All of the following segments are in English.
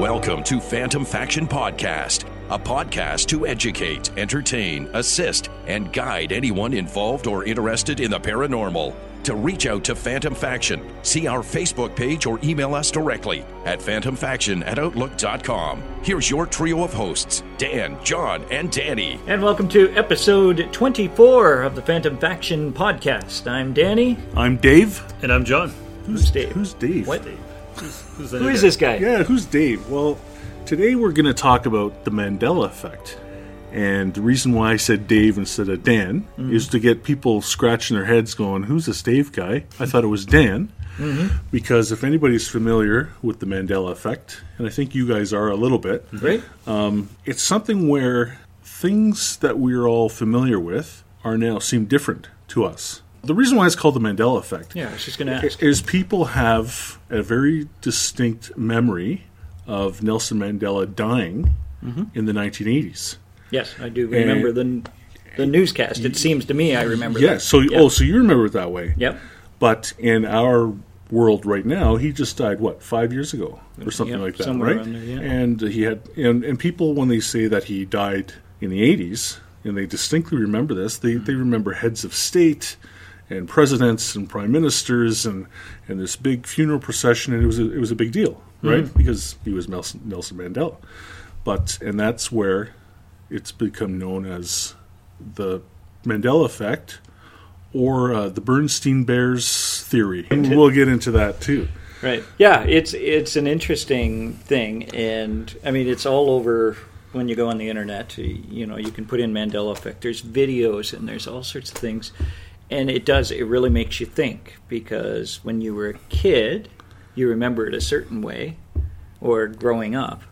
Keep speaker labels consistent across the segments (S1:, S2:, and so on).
S1: Welcome to Phantom Faction Podcast, a podcast to educate, entertain, assist, and guide anyone involved or interested in the paranormal. To reach out to Phantom Faction, see our Facebook page or email us directly at phantomfaction at outlook.com. Here's your trio of hosts Dan, John, and Danny.
S2: And welcome to episode 24 of the Phantom Faction podcast. I'm Danny.
S3: I'm Dave.
S4: And I'm John.
S2: Who's Dave?
S3: Who's Dave?
S2: What?
S4: Who's that
S2: Who is
S4: guy?
S2: this guy?
S3: Yeah, who's Dave? Well, today we're going to talk about the Mandela effect. And the reason why I said Dave instead of Dan
S4: Mm-hmm.
S3: is to get people scratching their heads going, who's this Dave guy? I thought it was Dan.
S4: Mm-hmm.
S3: Because if anybody's familiar with the Mandela effect, and I think you guys are a little bit,
S4: Mm-hmm.
S2: Right?
S3: it's something where things that we're all familiar with are now seem different to us. The reason why it's called the Mandela effect
S2: Yeah, I was just going to
S3: is-
S2: ask.
S3: is people have a very distinct memory of Nelson Mandela dying in the 1980s.
S2: Yes, I do remember the, the newscast. It seems to me I remember that.
S3: Yes. So, oh, so you remember it that way?
S2: Yep.
S3: But in our world right now, he just died what five years ago or something
S2: Yep,
S3: like that,
S2: somewhere
S3: right?
S2: around there, yeah.
S3: And he had and, and people when they say that he died in the eighties and they distinctly remember this, they, they
S2: Mm-hmm.
S3: remember heads of state and presidents and prime ministers and, and this big funeral procession and it was a, it was a big deal,
S2: Mm-hmm.
S3: right? Because he was Nelson, Nelson Mandela, but and that's where it's become known as the Mandela effect or uh, the Bernstein Bears theory. And we'll get into that too.
S2: Right. Yeah, it's it's an interesting thing, and I mean it's all over when you go on the internet. You you know, you can put in Mandela effect. There's videos and there's all sorts of things, and it does. It really makes you think because when you were a kid, you remember it a certain way, or growing up,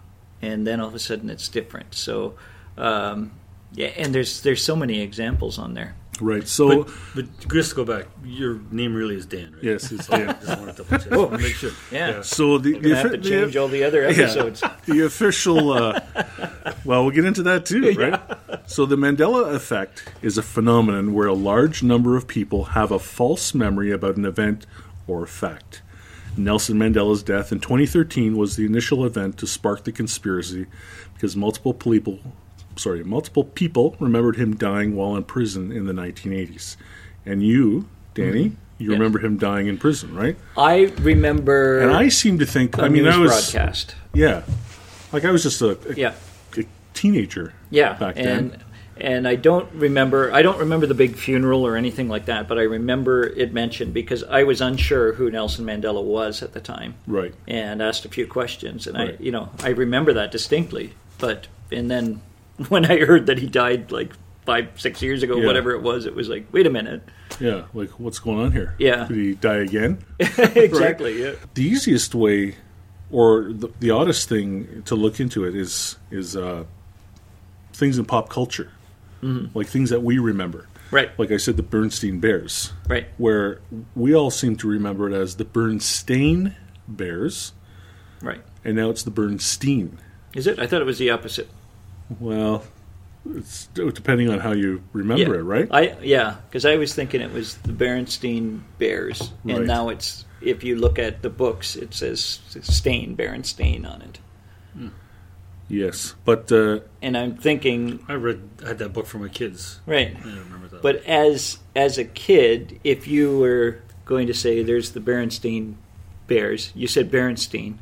S2: and then all of a sudden it's different. So. Um, yeah, and there's there's so many examples on there.
S3: Right. So
S4: But, but just to go back. Your name really is Dan, right?
S3: yes, it's
S4: I
S3: Dan. Oh.
S4: just want to double check. Wanna make sure.
S2: Yeah,
S3: So the,
S2: you
S3: the,
S2: have
S3: offi-
S2: to
S3: the-
S2: change all the other
S3: yeah,
S2: episodes.
S3: the official. Uh, well, we'll get into that too, right? So the Mandela effect is a phenomenon where a large number of people have a false memory about an event or fact. Nelson Mandela's death in 2013 was the initial event to spark the conspiracy because multiple people, sorry, multiple people remembered him dying while in prison in the 1980s. And you, Danny, you
S2: Mm-hmm. Yes.
S3: remember him dying in prison, right?
S2: I remember.
S3: And I seem to think,
S2: a
S3: I mean,
S2: news
S3: I was
S2: broadcast.
S3: yeah, like I was just a, a,
S2: Yeah,
S3: a teenager.
S2: yeah,
S3: back
S2: and
S3: then.
S2: and I don't remember. I don't remember the big funeral or anything like that, but I remember it mentioned because I was unsure who Nelson Mandela was at the time,
S3: Right.
S2: and asked a few questions, and
S3: Right.
S2: I, you know, I remember that distinctly. But and then when I heard that he died like five, six years ago,
S3: Yeah.
S2: whatever it was, it was like, wait a minute,
S3: Yeah. Like, what's going on here?
S2: Yeah.
S3: Did he die again?
S2: exactly, yeah.
S3: the easiest way, or the, the oddest thing to look into it is is uh, things in pop culture,
S2: Mm-hmm.
S3: like things that we remember.
S2: right,
S3: Like I said, the Bernstein Bears.
S2: right,
S3: Where we all seem to remember it as the Bernstein Bears,
S2: right.
S3: and now it's the Bernstein.
S2: Is it? I thought it was the opposite.
S3: Well, it's depending on how you remember it, right?
S2: I yeah, because I was thinking it was the Berenstain Bears,
S3: Right.
S2: and now it's if you look at the books, it says Stain Berenstain on it,
S3: Yes, but uh,
S2: and I'm thinking
S4: I read I had that book for my kids.
S2: right.
S4: I don't remember that.
S2: But as as a kid, if you were going to say there's the Berenstain Bears, you said Berenstain.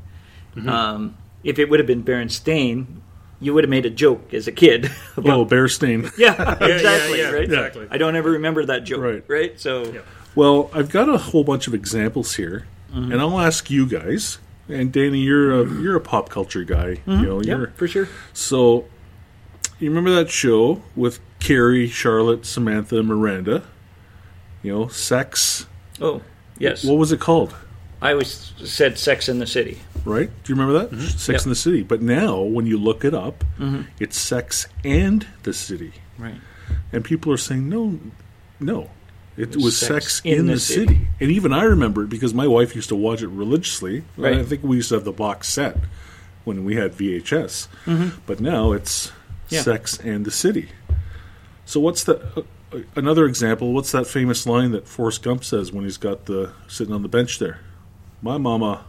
S2: Um, if it would have been Berenstain, you would have made a joke as a kid.
S3: oh, bear stain.
S2: yeah,
S4: yeah,
S2: exactly.
S4: yeah,
S2: right?
S4: exactly.
S2: I don't ever remember that joke.
S3: Right.
S2: Right. So
S4: Yeah.
S3: Well, I've got a whole bunch of examples here,
S2: Mm-hmm.
S3: and I'll ask you guys. And Danny, you're a you're a pop culture guy, you know.
S2: Mm-hmm. yeah,
S3: You're,
S2: for sure.
S3: so you remember that show with Carrie, Charlotte, Samantha, Miranda? You know, sex.
S2: Oh yes.
S3: What was it called?
S2: I always said Sex in the City.
S3: Right? Do you remember that? Sex
S2: Yep.
S3: in the City. But now, when you look it up,
S2: Mm-hmm.
S3: it's Sex and the City.
S2: Right.
S3: and people are saying no no it was sex, in, the, city.
S2: City.
S3: and even i remember it because my wife used to watch it religiously
S2: Right.
S3: and i think we used to have the box set when we had vhs but now it's
S2: Yeah.
S3: sex and the city so what's the uh, uh, another example what's that famous line that forrest gump says when he's got the sitting on the bench there my mama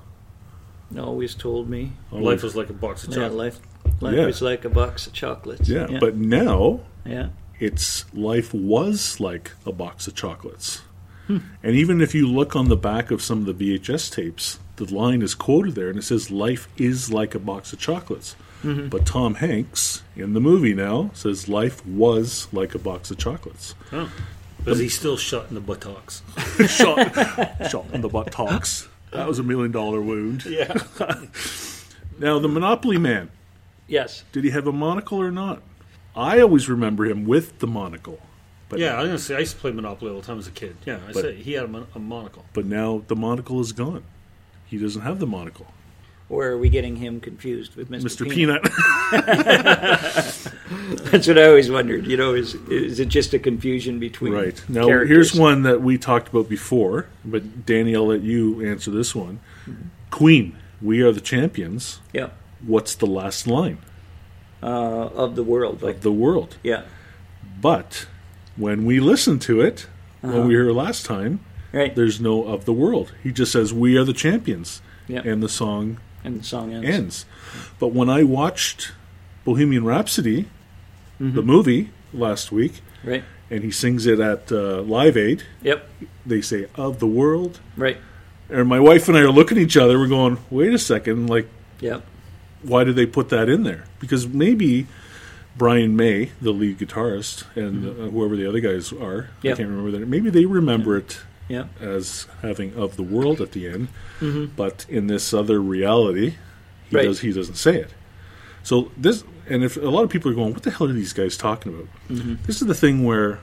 S2: always told me.
S4: Life was like a box of
S2: Yeah,
S4: chocolate.
S2: life life
S3: Oh, Yeah.
S2: is like a box of chocolates.
S3: Yeah, but now
S2: yeah.
S3: its life was like a box of chocolates. And even if you look on the back of some of the VHS tapes, the line is quoted there and it says, Life is like a box of chocolates. But Tom Hanks in the movie now says, Life was like a box of chocolates.
S4: Oh. But he's still shot in the buttocks.
S3: shot, shot in the butt talks. That was a million dollar wound. Yeah. now, the Monopoly Man,
S2: Yes.
S3: did he have a monocle or not? I always remember him with the monocle. But
S4: Yeah, I was gonna say I used to play Monopoly all the time as a kid. Yeah, I said he had a, mon- a monocle.
S3: But now the monocle is gone. He doesn't have the monocle.
S2: Or are we getting him confused with Mr.
S3: Mr. Peanut.
S2: That's what I always wondered. You know, is is it just a confusion between
S3: right. Now,
S2: characters?
S3: here's one that we talked about before, but Danny, I'll let you answer this one. Queen, we are the champions.
S2: Yeah,
S3: What's the last line?
S2: uh, of the world, like
S3: The world.
S2: yeah,
S3: But when we listen to it, when we heard it last time,
S2: right.
S3: there's no of the world. He just says, We are the champions.
S2: Yeah.
S3: And the song
S2: and the song ends.
S3: ends. But when I watched Bohemian Rhapsody, the movie, last week,
S2: Right.
S3: and he sings it at uh, Live Aid.
S2: Yep.
S3: They say "of the world,"
S2: Right.
S3: and my wife and I are looking at each other. We're going, "Wait a second! Like,
S2: Yep.
S3: why did they put that in there? Because maybe Brian May, the lead guitarist, and uh, whoever the other guys are, I
S2: Yeah.
S3: can't remember that. Maybe they remember it
S2: Yep.
S3: as having "of the world" at the end,
S4: Mm-hmm.
S3: but in this other reality, he
S2: Right.
S3: does he doesn't say it. So this, and if a lot of people are going, "What the hell are these guys talking about?"
S4: Mm-hmm.
S3: This is the thing where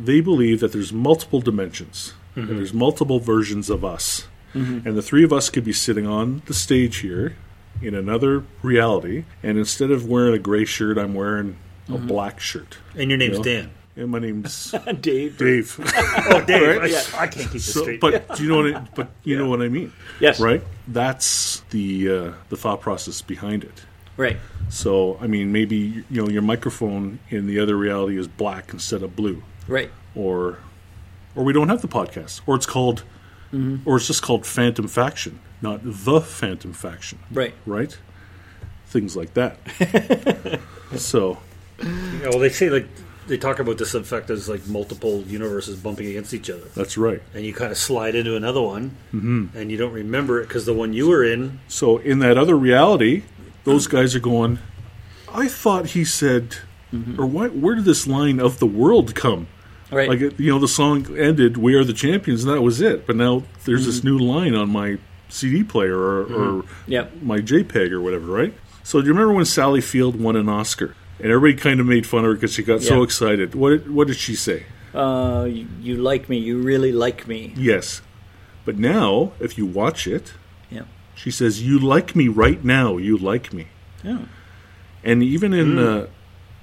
S3: they believe that there's multiple dimensions
S4: Mm-hmm.
S3: and there's multiple versions of us, and the three of us could be sitting on the stage here in another reality, and instead of wearing a gray shirt, I'm wearing a
S4: Mm-hmm.
S3: black shirt,
S4: And your name's
S3: Yeah.
S4: Dan.
S3: and my name's
S2: Dave.
S3: Dave.
S4: Oh, Dave.
S2: Yeah.
S4: I, I can't keep this
S3: So,
S4: straight.
S3: but do you know what? I, but you know what I mean,
S2: Yes.
S3: right? That's the uh, the thought process behind it.
S2: Right.
S3: So I mean, maybe you know your microphone in the other reality is black instead of blue,
S2: Right.
S3: or or we don't have the podcast, or it's called,
S2: Mm-hmm.
S3: or it's just called Phantom Faction, not the Phantom Faction,
S2: Right.
S3: right? Things like that. so
S4: Yeah, well, they say like they talk about this in fact as like multiple universes bumping against each other,
S3: that's right.
S4: and you kind of slide into another one,
S3: Mm-hmm.
S4: and you don't remember it because the one you were in.
S3: So in that other reality, those guys are going. I thought he said, or why, where did this line of the world come?
S2: Right.
S3: Like it- you know, the song ended, "We are the champions," and that was it. But now there's this new line on my CD player or, or
S2: Yep.
S3: my JPEG or whatever, right? So do you remember when Sally Field won an Oscar, and everybody kind of made fun of her because she got so
S2: Yeah.
S3: excited? What did, what did she say?
S2: Uh, you, you like me. You really like me.
S3: Yes, but now if you watch it,
S2: Yeah.
S3: she says, "You like me right now. You like me."
S2: Yeah.
S3: And even
S2: Mm.
S3: in uh,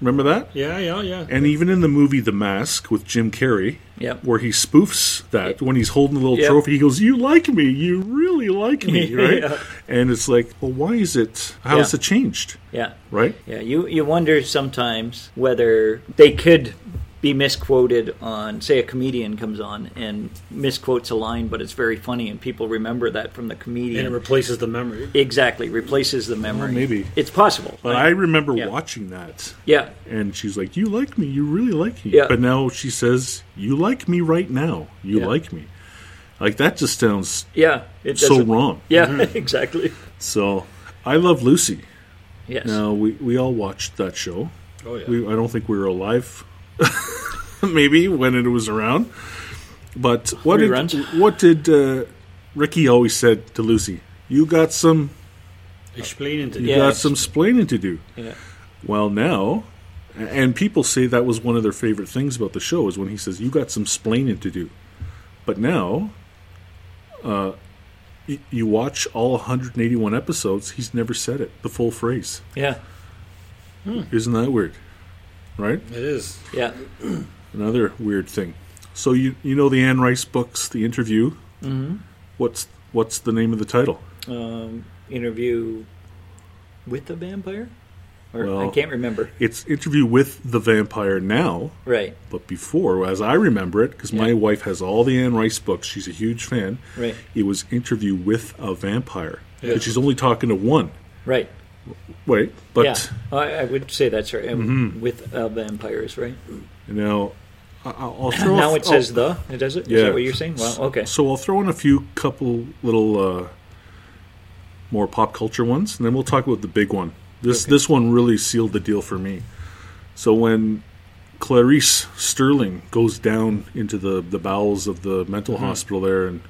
S3: remember that?
S4: Yeah, yeah, yeah.
S3: And even in the movie The Mask with Jim Carrey,
S2: Yep.
S3: where he spoofs that when he's holding the little
S2: Yep.
S3: trophy, he goes, "You like me? You really like me, right?"
S2: Yeah.
S3: And it's like, well, why is it? How has
S2: Yeah.
S3: it changed?
S2: Yeah.
S3: Right?
S2: Yeah. You you wonder sometimes whether they could be misquoted on say a comedian comes on and misquotes a line but it's very funny and people remember that from the
S4: And it
S2: comedian
S4: replaces the memory.
S2: Exactly, replaces the memory.
S3: maybe.
S2: it's possible.
S3: But I remember
S2: Yeah.
S3: watching that,
S2: yeah,
S3: and she's like, "You like me? You really like me?"
S2: Yeah.
S3: But now she says, "You like me right now. You
S2: Yeah.
S3: like me." Like that just sounds
S2: yeah. It
S3: so
S2: doesn't-
S3: wrong. Mm-hmm.
S2: Yeah, exactly.
S3: So, I love Lucy.
S2: Yes.
S3: Now we we all watched that show.
S4: Oh yeah.
S3: We, I don't think we were alive, maybe when it was around. But what
S2: Reruns.
S3: did what did uh, Ricky always said to Lucy? You got some,
S4: Explaining to
S3: you
S4: you.
S2: Yeah.
S3: got some splaining to do.
S2: Yeah.
S3: Well, now, and people say that was one of their favorite things about the show is when he says, "You got some splaining to do." But now, uh, y- you watch all 181 episodes. He's never said it, the full phrase.
S2: Yeah.
S3: Isn't that weird? Right?
S4: It is.
S2: Yeah.
S3: Another weird thing. So you you know the Anne Rice books, The Interview. Mm-hmm. What's what's the name of the title?
S2: Um, interview with the vampire, or I
S3: Well-
S2: can't remember.
S3: It's Interview with the Vampire now,
S2: Right.
S3: but before, as I remember it, because my wife has all the Anne Rice books. She's a huge fan.
S2: Right.
S3: It was Interview with a Vampire. But she's only talking to one.
S2: Right.
S3: Wait, but Mm-hmm.
S2: yeah, I, I would say that's right. And With uh, vampires, right?
S3: now I- I'll I'll throw. oh, a-
S2: now it
S3: I'll-
S2: says the. It does it. Is
S3: Yeah.
S2: that what you're saying? Well, okay.
S3: So I'll throw in a few couple little uh, more pop culture ones, and then we'll talk about the big one. This this one really sealed the deal for me. So when Clarice Sterling goes down into the, the bowels of the mental
S2: Mm-hmm.
S3: hospital there, and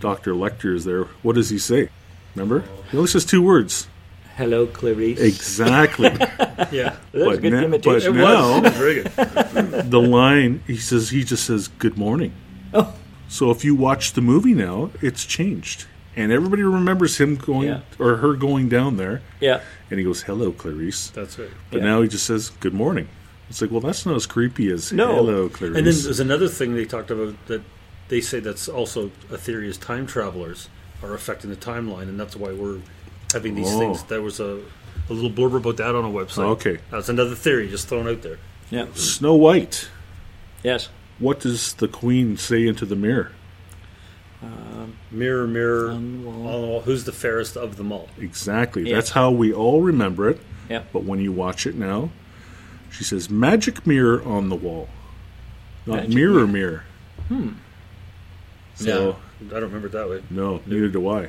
S3: Doctor Lecter is there, what does he say? Remember, he only says two words.
S2: Hello, Clarice.
S3: Exactly.
S4: Yeah.
S2: That's a
S3: but
S2: good
S3: na-
S2: imitation.
S4: It
S3: but
S4: was.
S3: now
S4: It was very good.
S3: the line he says he just says good morning.
S2: Oh.
S3: So if you watch the movie now, it's changed. And everybody remembers him going
S2: Yeah.
S3: or her going down there
S2: Yeah.
S3: and he goes, Hello, Clarice.
S4: That's right.
S3: But
S2: Yeah.
S3: now he just says, Good morning. It's like, well that's not as creepy as
S2: No.
S3: Hello, Clarice.
S4: And then there's another thing they talked about that they say that's also a theory is time travelers are affecting the timeline, and that's why we're having these
S3: Oh.
S4: things. There was a, a little blurb about that on a website.
S3: Okay.
S4: That's another theory just thrown out there.
S2: Yeah.
S3: Snow White.
S2: Yes.
S3: What does the Queen say into the mirror?
S4: Mirror, mirror,
S2: On
S4: on
S2: the
S4: the
S2: wall.
S4: wall, who's the fairest of them all?
S3: Exactly.
S2: Yeah.
S3: That's how we all remember it.
S2: Yeah.
S3: But when you watch it now, she says, Magic mirror on the wall. Not
S2: Magic
S3: mirror mirror. Hmm. So
S4: No, I don't remember it that way.
S3: No, neither do I.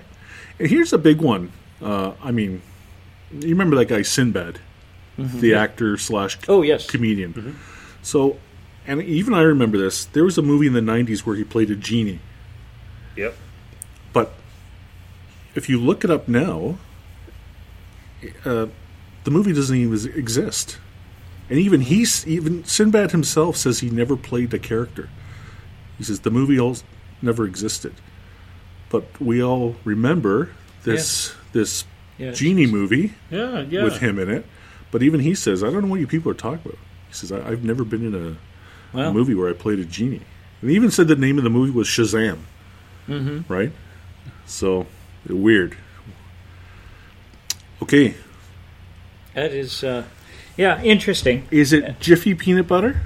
S3: And here's a big one. Uh, I mean, you remember that guy Sinbad, the actor slash
S2: Mm-hmm. Oh, yes.
S3: comedian. So, and even I remember this. There was a movie in the '90s where he played a genie,
S4: Yep.
S3: but if you look it up now, uh, the movie doesn't even exist. And even he's even Sinbad himself says he never played a character. He says the movie all never existed, but we all remember this this
S2: Yeah.
S3: genie movie
S4: Yeah, yeah.
S3: with him in it. But even he says, I don't know what you people are talking about. He says, I, I've never been in a, a
S2: Well.
S3: movie where I played a genie. And he even said the name of the movie was Shazam. Mm-hmm. Right? So, weird. Okay.
S2: That is. Uh, yeah. Interesting.
S3: Is it Jiffy Peanut Butter?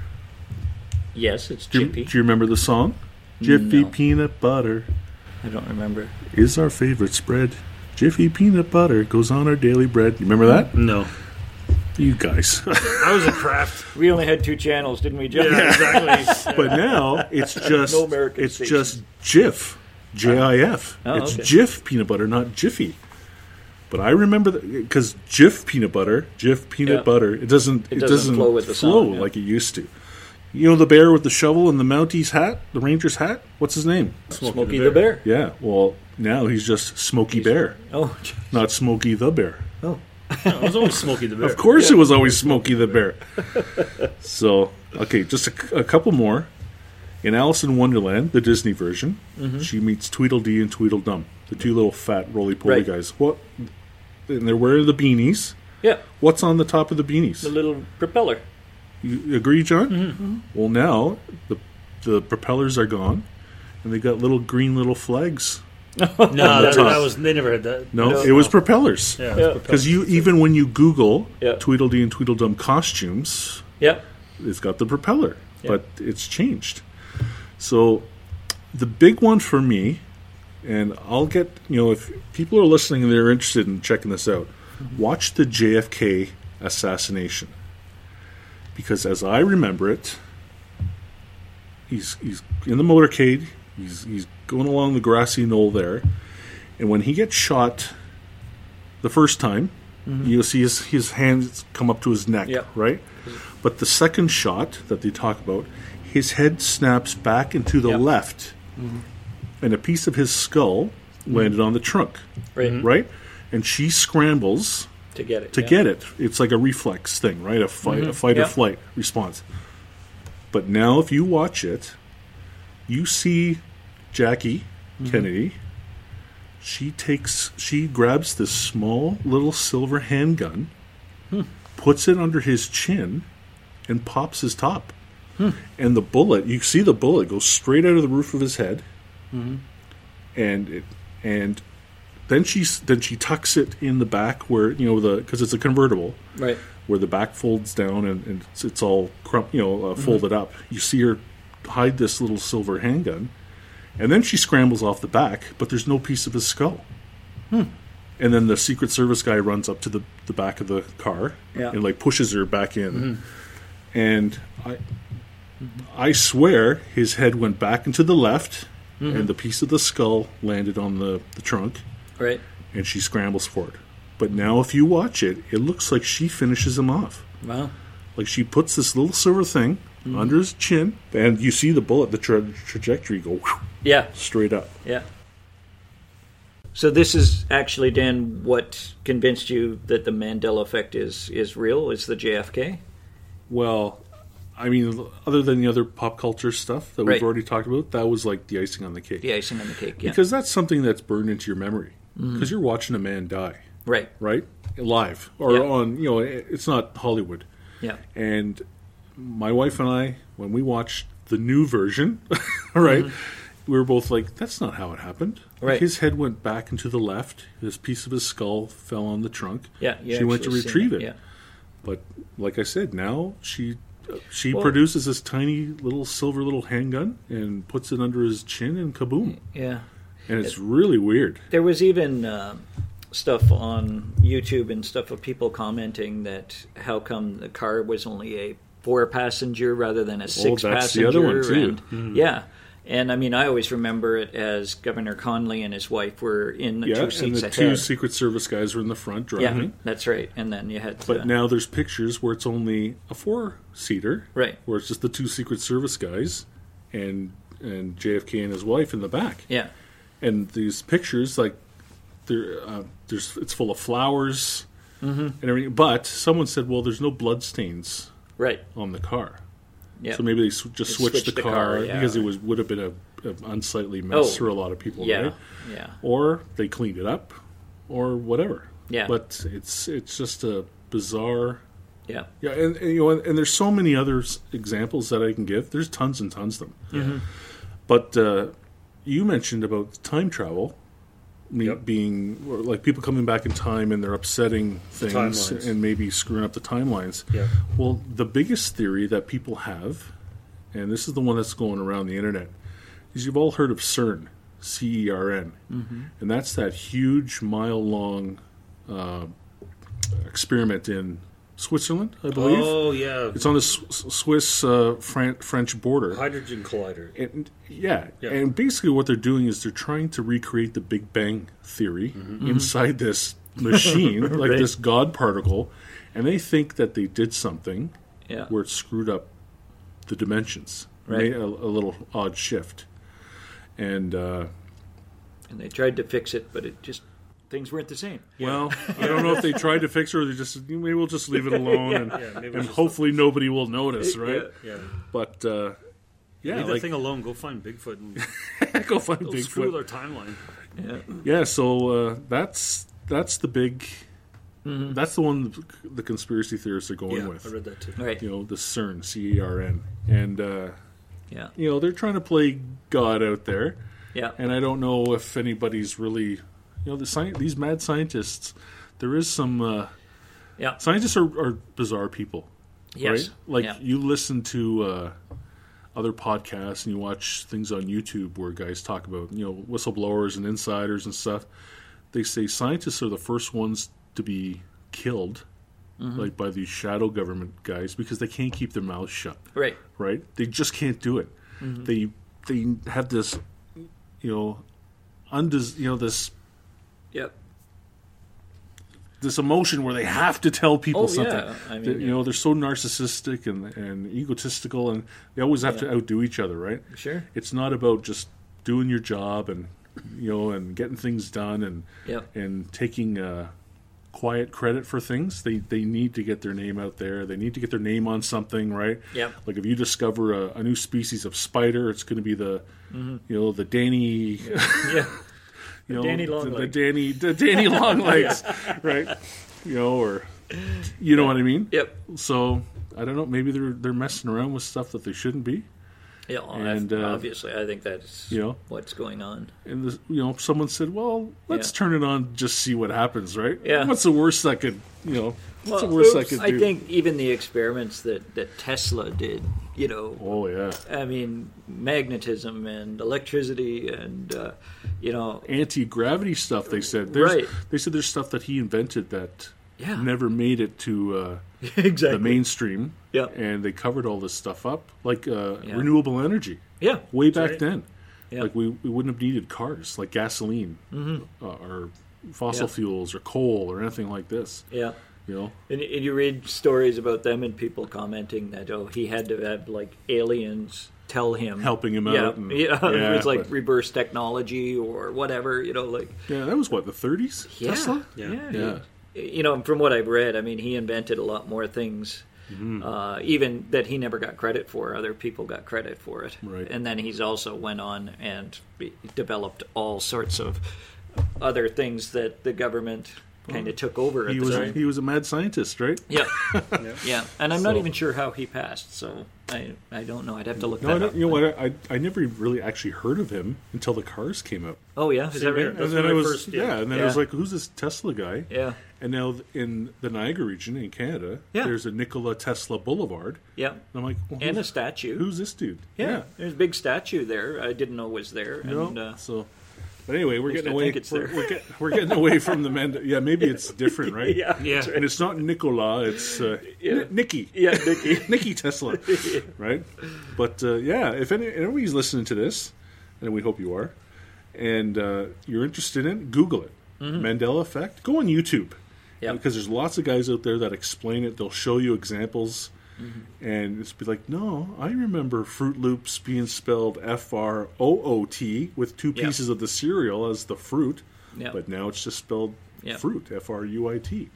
S2: Yes, it's
S3: Do you,
S2: Jiffy.
S3: do you remember the song? Jiffy
S2: No.
S3: Peanut Butter
S2: I don't remember.
S3: is our favorite spread. Jiffy Peanut Butter goes on our daily bread. You remember that?
S4: No.
S3: You guys.
S4: I was a craft.
S2: We only had two channels, didn't we, John?
S4: Yeah, exactly.
S3: but now it's just
S2: No American
S3: it's
S2: station.
S3: just Jif, J I F.
S2: Oh,
S3: It's
S2: okay.
S3: Jif peanut butter, not Jiffy. But I remember because Jif peanut butter, Jif peanut
S2: Yeah.
S3: butter, it doesn't it,
S2: doesn't flow with the
S3: flow
S2: song, yeah.
S3: like it used to. You know the bear with the shovel and the Mountie's hat, the Ranger's hat. What's his name?
S2: Smokey the Bear.
S3: Yeah. Well, now he's just Smokey Bear,
S2: Oh,
S3: not Smokey the Bear.
S2: oh,
S4: I was always Smokey the Bear.
S3: Of course, it was always Smokey the Bear. so, okay, just a, c- a couple more. In Alice in Wonderland, the Disney version,
S2: Mm-hmm.
S3: she meets Tweedledee and Tweedledum, the two little fat roly poly
S2: Right.
S3: guys. What? And they're wearing the beanies.
S2: yeah.
S3: What's on the top of the beanies?
S2: The Mm-hmm. little propeller.
S3: You agree, John? Well, now the the propellers are gone, and they got little green little flags.
S4: No, that,
S3: top.
S4: that was, they never had that.
S3: No,
S2: No.
S3: it was propellers.
S4: Yeah.
S2: Yeah.
S3: Because you even when you Google
S2: Yeah.
S3: Tweedledee and Tweedledum costumes,
S2: Yeah.
S3: it's got the propeller, but it's changed. So the big one for me, and I'll get you know if people are listening and they're interested in checking this out, watch the JFK assassination because as I remember it, he's he's in the motorcade, he's he's going along the grassy knoll there, and when he gets shot the first time, you'll see his his hands come up to his neck,
S2: Yep.
S3: right? But the second shot that they talk about, his head snaps back and to the
S2: Yep.
S3: left, and a piece of his skull landed on the trunk,
S2: Right.
S3: right? And she scrambles
S2: To get it.
S3: Mm-hmm. to
S2: yeah.
S3: get it. It's like a reflex thing, right? A fight, a fight
S2: Yeah.
S3: or flight response. But now, if you watch it, you see Jackie Kennedy. She takes, she grabs this small little silver handgun, puts it under his chin, and pops his top. And the bullet, you see the bullet go straight out of the roof of his head, and it, and then she s- then she tucks it in the back where you know the because it's a convertible
S2: Right.
S3: where the back folds down and, and it's, it's all crump, you know, uh, folded up. You see her hide this little silver handgun, and then she scrambles off the back, but there's no piece of his skull. and then the Secret Service guy runs up to the, the back of the car
S2: Yeah.
S3: and like pushes her back in, and I I swear his head went back into the left, and the piece of the skull landed on the, the trunk,
S2: Right.
S3: and she scrambles for it. But now, if you watch it, it looks like she finishes him off.
S2: Wow.
S3: Like she puts this little silver thing under his chin, and you see the bullet, the tra- trajectory go whew,
S2: Yeah.
S3: straight up.
S2: Yeah. So this is actually Dan. What convinced you that the Mandela effect is is real? Is the JFK?
S3: Well, I mean, other than the other pop culture stuff that we've
S2: Right.
S3: already talked about, that was like the icing on the cake.
S2: The icing on the cake. Yeah.
S3: Because that's something that's burned into your memory.
S2: Mm-hmm.
S3: Because you're watching a man die,
S2: right.
S3: right? Live or
S2: Yeah.
S3: on, you know, it's not Hollywood.
S2: Yeah.
S3: And my wife and I, when we watched the new version, right, we were both like, that's not how it happened. Like,
S2: Mm-hmm. Right.
S3: His head went back into the left. This piece of his skull fell on the trunk.
S2: Yeah. you
S3: She went to
S2: actually seen
S3: retrieve it.
S2: Yeah.
S3: But like I said, now she. uh, She
S2: Well-
S3: produces this tiny little silver little handgun and puts it under his chin and kaboom.
S2: Yeah.
S3: And it's really weird.
S2: There was even uh, stuff on YouTube and stuff of people commenting that how come the car was only a four passenger rather than a six
S3: that's the
S2: passenger.
S3: other one, too. Mm-hmm.
S2: and- Yeah. And I mean, I always remember it as Governor Conley and his wife were in the
S3: Yeah,
S2: two
S3: and
S2: seats
S3: the
S2: ahead.
S3: two Secret Service guys were in the front
S2: yeah,
S3: driving.
S2: that's right. And then you had to,
S3: But now there's pictures where it's only a four seater,
S2: Right.
S3: Where it's just the two Secret Service guys and and JFK and his wife in the back.
S2: yeah,
S3: And these pictures, like, they're, uh, there's it's full of flowers
S2: Mm-hmm.
S3: and everything. But someone said, well, there's no blood stains
S2: right,
S3: on the car,
S2: yeah.
S3: so maybe they sw- just switched, the, car,
S2: yeah.
S3: because it was would have been a, a unsightly mess
S2: Oh,
S3: for a lot of people,
S2: yeah,
S3: right?
S2: yeah,
S3: or they cleaned it up, or whatever.
S2: Yeah.
S3: But it's it's just a bizarre.
S2: yeah,
S3: Yeah, and, and you know, and, and there's so many other s- examples that I can give. There's tons and tons of them.
S4: Mm-hmm.
S3: But uh, you mentioned about time travel me-
S4: Yep.
S3: being or like people coming back in time and they're upsetting things
S4: timelines.
S3: and maybe screwing up the timelines.
S4: Yeah.
S3: Well, the biggest theory that people have, and this is the one that's going around the internet, is you've all heard of CERN, C E R N,
S4: Mm-hmm.
S3: and that's that huge mile long uh, experiment in Switzerland, I believe.
S4: Oh yeah,
S3: It's on the Sw- Swiss uh, Fran- French border.
S4: hydrogen collider.
S3: And yeah,
S4: Yeah.
S3: and basically what they're doing is they're trying to recreate the Big Bang theory
S4: Mm-hmm.
S3: inside this machine, like
S2: Right.
S3: this God particle, and they think that they did something
S2: yeah.
S3: where it screwed up the dimensions,
S2: Right.
S3: made a, a little odd shift, and uh,
S2: And they tried to fix it, but it just things weren't the same.
S3: well, I don't know if they tried to fix it or they just said, maybe we'll just leave it alone, and,
S4: Yeah, maybe
S3: and
S4: it's just-
S3: hopefully nobody will notice, right?
S4: yeah.
S3: But uh, yeah,
S4: Leave that
S3: like,
S4: thing alone. Go find Bigfoot and
S3: go find
S4: Bigfoot. screw
S3: Bigfoot.
S4: with our timeline.
S3: Yeah, so uh, that's that's the big, that's the one the, the conspiracy theorists are going
S4: Yeah, I
S3: with.
S4: read that too.
S2: Right.
S3: You know, the CERN, C E R N, and uh,
S2: Yeah.
S3: you know they're trying to play God out there,
S2: Yeah.
S3: and I don't know if anybody's really, you know, the sci- these mad scientists. There is some uh,
S2: Yeah.
S3: scientists are, are bizarre people,
S2: Yes.
S3: right? Like
S2: yeah.
S3: you listen to. Uh, other podcasts and you watch things on YouTube where guys talk about, you know, whistleblowers and insiders and stuff. They say scientists are the first ones to be killed,
S2: Mm-hmm.
S3: like by these shadow government guys because they can't keep their mouths shut,
S2: Right.
S3: right? They just can't do it. They they have this, you know, undes you know this
S2: Yep.
S3: this emotion where they have to tell people
S2: Oh,
S3: something.
S2: yeah. I mean,
S3: They- you know, they're so narcissistic and, and egotistical, and they always have to outdo each other, right?
S2: Sure.
S3: It's not about just doing your job and you know and getting things done and
S2: Yep.
S3: and taking uh, quiet credit for things. They they need to get their name out there. They need to get their name on something, right?
S2: Yep.
S3: Like if you discover a, a new species of spider, it's going to be the
S2: Mm-hmm.
S3: you know the Danny.
S2: Yeah.
S3: You know,
S2: Danny
S3: the- the,
S2: Longleg.
S3: Danny, the Danny Longlegs, right? You know, or you know what I mean.
S2: Yep.
S3: So I don't know. Maybe they're they're messing around with stuff that they shouldn't be.
S2: Yeah, well,
S3: And,
S2: I've-
S3: uh,
S2: obviously, I think that's
S3: you know?
S2: what's going on.
S3: And this, you know, someone said, "Well, let's
S2: Yeah.
S3: turn it on, just see what happens, right?
S2: Yeah.
S3: What's the worst that could, you know, what's
S2: Well,
S3: the worst
S2: oops,
S3: that could
S2: I
S3: do?"
S2: think even the experiments that, that Tesla did, you know,
S3: oh yeah,
S2: I mean, magnetism and electricity and, uh, you know,
S3: anti gravity stuff. They said, there's,
S2: Right.
S3: They said there's stuff that he invented that
S2: Yeah.
S3: never made it to uh,
S2: exactly.
S3: the mainstream.
S2: Yeah.
S3: And they covered all this stuff up, like uh,
S2: Yeah.
S3: renewable energy.
S2: yeah,
S3: way back
S4: right.
S3: then.
S2: Yeah.
S3: Like we, we wouldn't have needed cars like gasoline uh, or fossil
S2: Mm-hmm. Yeah.
S3: fuels or coal or anything like this.
S2: yeah.
S3: You know,
S2: And, and you read stories about them and people commenting that oh he had to have like aliens tell him
S3: Helping him
S2: yeah,
S3: out and-
S2: yeah,
S3: yeah,
S2: it was like
S3: but-
S2: reverse technology or whatever you know like
S3: yeah, that was what the 30s.
S2: yeah
S3: Tesla.
S4: Yeah.
S2: yeah,
S3: Yeah.
S2: He- you know and from what I've read I mean he invented a lot more things
S3: Mm-hmm.
S2: uh, even that he never got credit for other people got credit for it
S3: Right.
S2: and then he's also went on and be- developed all sorts of other things that the government kind of took over
S3: He
S2: at the
S3: was
S2: time.
S3: he was a mad scientist, right?
S2: Yeah.
S4: Yeah.
S2: yeah. And I'm not
S3: So-
S2: even sure how he passed, so I I don't know. I'd have to look
S3: No, I
S2: that
S3: don't,
S2: up.
S3: you know what? I, I never really actually heard of him until the cars came out.
S2: Oh yeah, is that
S4: here.
S2: right?
S4: That's
S3: and then
S4: when
S3: I
S4: I
S3: was
S4: first-
S3: yeah.
S4: yeah.
S3: and then I was
S2: Yeah.
S3: like, who's this Tesla guy?
S2: Yeah.
S3: And now th- in the Niagara region in Canada,
S2: Yeah.
S3: there's a Nikola Tesla Boulevard.
S2: Yeah.
S3: And I'm like, well,
S2: And a
S3: who's,
S2: statue.
S3: who's this dude?
S2: yeah. There's a big statue there. I didn't know was there.
S3: No.
S2: And uh,
S3: so, but anyway, we're
S2: least
S3: getting
S2: I
S3: away.
S2: think it's
S3: we're,
S2: there.
S3: we're, get, we're getting away from the Mend. Yeah, maybe it's different, right?
S2: yeah.
S4: Yeah.
S3: And it's not Nicola. It's uh,
S2: Yeah.
S3: Ni- Nikki.
S2: Yeah, Nicky.
S3: Nikki Tesla, right? But uh, yeah, if any, anybody's listening to this, and we hope you are, and uh, you're interested in it, Google it. Mandela Effect. Go on YouTube.
S2: Yeah.
S3: Because there's lots of guys out there that explain it. They'll show you examples. And it's be like, no, I remember Fruit Loops being spelled F R O O T with two
S2: Yeah.
S3: pieces of the cereal as the fruit,
S2: Yeah.
S3: but now it's just spelled
S2: Yeah.
S3: fruit, F R U I T.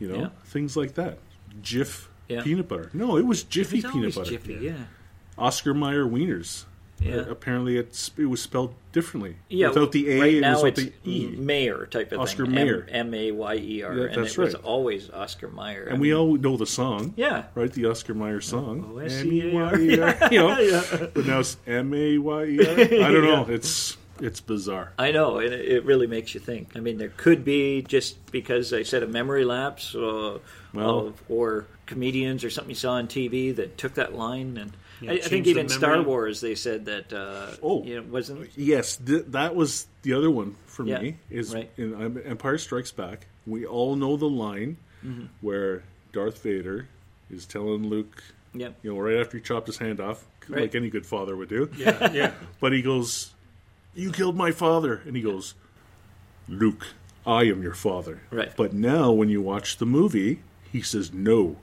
S3: You know,
S2: Yeah.
S3: things like that. Jif
S2: Yeah.
S3: peanut butter. No, it was Jiffy
S2: He's
S3: peanut
S2: always
S3: butter.
S2: Jiffy, yeah.
S3: Oscar Mayer wieners.
S2: Yeah.
S3: Uh, apparently, it's it was spelled differently.
S2: Yeah,
S3: without the A,
S2: right
S3: it was
S2: now
S3: with
S2: it's
S3: the E.
S2: Mayer type of
S3: Oscar
S2: thing.
S3: Mayer.
S2: M A Y E R,
S3: Yeah,
S2: and
S3: that's
S2: it was
S3: right.
S2: always Oscar Mayer.
S3: And we all know the song.
S2: Yeah. Oh,
S3: Right? The Oscar Mayer song. E
S2: O-S-C-A-R.
S3: M-E-Y-E-R, You know, But now it's M A Y E R. I don't know. It's it's bizarre.
S2: I know, and it, it really makes you think. I mean, there could be just because I said a memory lapse, uh,
S3: Well-
S2: of, or comedians or something you saw on TV that took that line, and I, I think
S4: changed the
S2: even Star
S4: memory.
S2: Wars they said that. Uh,
S3: Oh.
S2: you know, wasn't
S3: Yes, th- that was the other one for
S2: Yeah,
S3: me. Is
S2: right.
S3: in um, Empire Strikes Back. We all know the line
S2: Mm-hmm.
S3: where Darth Vader is telling Luke,
S2: yeah,
S3: you know, right after he chopped his hand off, like
S2: Right.
S3: any good father would do.
S4: yeah, yeah. Oh,
S3: But he goes, "You killed my father," and he goes, "Luke, I am your father."
S2: Right.
S3: But now, when you watch the movie, he says, "No,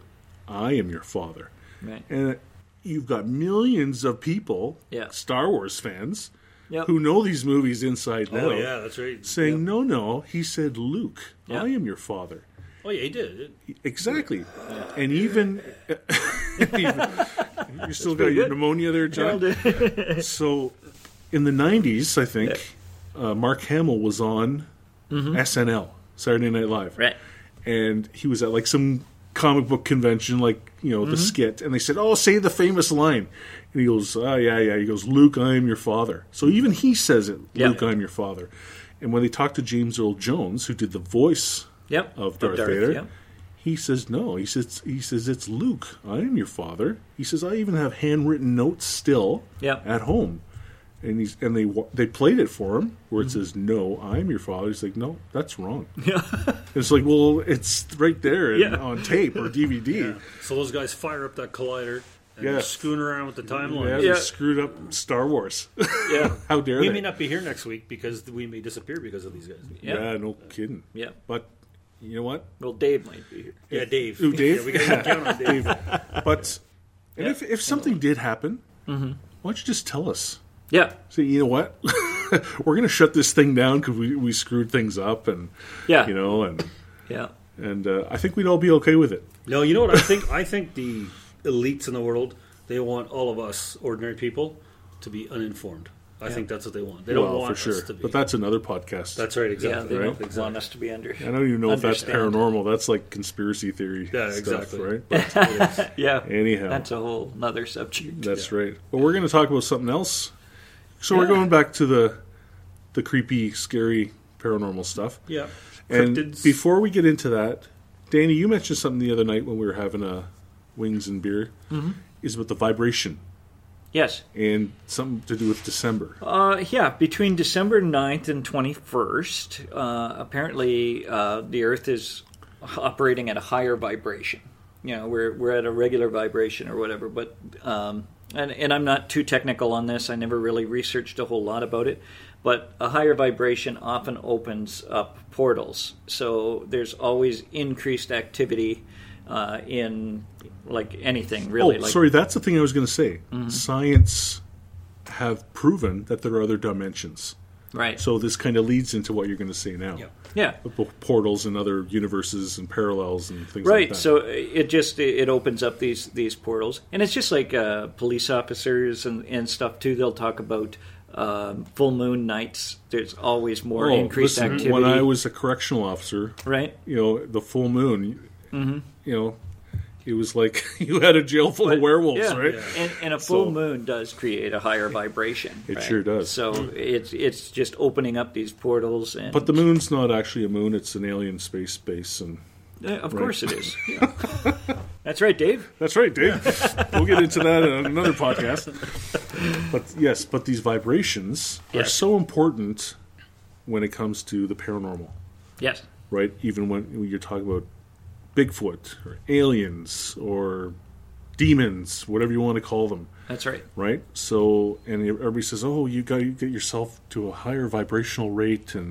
S3: I am your father."
S2: right,
S3: and you've got millions of people,
S2: Yeah.
S3: Star Wars fans,
S2: Yep.
S3: who know these movies inside
S4: Oh,
S3: out,
S4: yeah, that's right.
S3: saying, "No, no, he said Luke,
S2: Yeah.
S3: I am your father."
S4: Oh, yeah, he did. It-
S3: Exactly, and even, even- you still got your
S2: good.
S3: pneumonia there, John. so, in the '90s, I think uh, Mark Hamill was on SNL Saturday Night Live,
S2: Mm-hmm. right,
S3: and he was at like some comic book convention, like you know the
S2: Mm-hmm.
S3: skit, and they said, "Oh, say the famous line," and he goes, "Ah, yeah, yeah." He goes, "Luke, I am your father." So even he says it,
S2: Yeah.
S3: "Luke, I am your father." And when they talked to James Earl Jones, who did the voice
S2: yep,
S3: of Darth, Vader,
S2: yep.
S3: he says, "No," he says, "He says it's Luke, I am your father." He says, "I even have handwritten notes still
S2: Yeah.
S3: at home." And he's and they wa- they played it for him where it
S2: Mm-hmm.
S3: says no I'm your father he's like no that's wrong it's like, well, it's right there in,
S2: Yeah.
S3: on tape or DVD.
S4: So those guys fire up that collider and
S3: Yeah.
S4: scoon around with the
S3: Yeah.
S4: timeline.
S3: they
S2: Yeah.
S3: screwed up Star Wars.
S2: yeah,
S3: How dare
S4: We
S3: they?
S4: may not be here next week because we may disappear because of these guys.
S2: yeah.
S3: Yeah, no kidding.
S2: Yeah.
S3: But you know what?
S2: Well, Dave might be here.
S4: Yeah, Dave.
S3: Ooh, Dave?
S4: Yeah, we got to count on Dave.
S3: But and if if something did happen,
S2: Mm-hmm.
S3: why don't you just tell us?
S2: Yeah,
S3: Say, you know what? We're gonna shut this thing down because we, we screwed things up and
S2: Yeah.
S3: you know and
S2: yeah,
S3: and uh, I think we'd all be okay with it.
S4: No, you know what I think? I think the elites in the world they want all of us ordinary people to be uninformed. I think that's what they want. They don't
S3: well,
S4: want
S3: for sure.
S4: us to be.
S3: But that's another podcast.
S4: that's right,
S2: Yeah,
S4: exactly.
S2: they
S4: right?
S2: don't want
S4: exactly.
S2: us to be under.
S3: I don't even know if that's
S2: Understand.
S3: paranormal. That's like conspiracy theory.
S4: Yeah,
S3: stuff,
S4: exactly.
S3: right?
S4: That's what it is.
S2: Yeah.
S3: Anyhow.
S2: That's a whole nother subject.
S3: That's right. Well, we're going to talk about something else. So we're going back to the the creepy, scary, paranormal stuff.
S4: yeah.
S3: And
S4: Cryptids.
S3: before we get into that, Danny, you mentioned something the other night when we were having a wings and beer. Mm-hmm. Is about the vibration
S2: yes.
S3: and something to do with December.
S2: Uh, yeah, between December 9th and 21st, uh, apparently uh, the Earth is operating at a higher vibration. You know, we're, we're at a regular vibration or whatever, but, um, and, and I'm not too technical on this. I never really researched a whole lot about it, but a higher vibration often opens up portals. So there's always increased activity uh, in like anything really.
S3: oh,
S2: like, Mm-hmm.
S3: sorry, that's the thing I was going to say. Science have proven that there are other dimensions.
S2: Right.
S3: So this kind of leads into what you're going to say now.
S2: yeah.
S3: Both Portals and other universes and parallels and things like
S2: right
S3: that.
S2: so it just it opens up these these portals and it's just like uh, police officers and, and stuff too they'll talk about um, full moon nights there's always more
S3: Oh,
S2: increased
S3: listen,
S2: activity
S3: When I was a correctional officer,
S2: right
S3: you know, the full moon,
S2: Mm-hmm.
S3: you know, it was like you had a jail full of werewolves,
S2: yeah.
S3: right?
S2: and, and a full
S3: So-
S2: moon does create a higher vibration
S3: It
S2: right?
S3: sure does. Hmm.
S2: so it's it's just opening up these portals and
S3: But the moon's not actually a moon; it's an alien space base, and
S2: Uh, of course it is Yeah. that's right dave
S3: that's right, Dave. we'll get into that in another podcast. But yes, but these vibrations are
S2: Yes.
S3: so important when it comes to the paranormal,
S2: yes
S3: right? Even when when you're talking about Bigfoot or aliens or demons, whatever you want to call them.
S2: that's right
S3: right? So, and everybody says, "Oh, you got you get yourself to a higher vibrational rate, and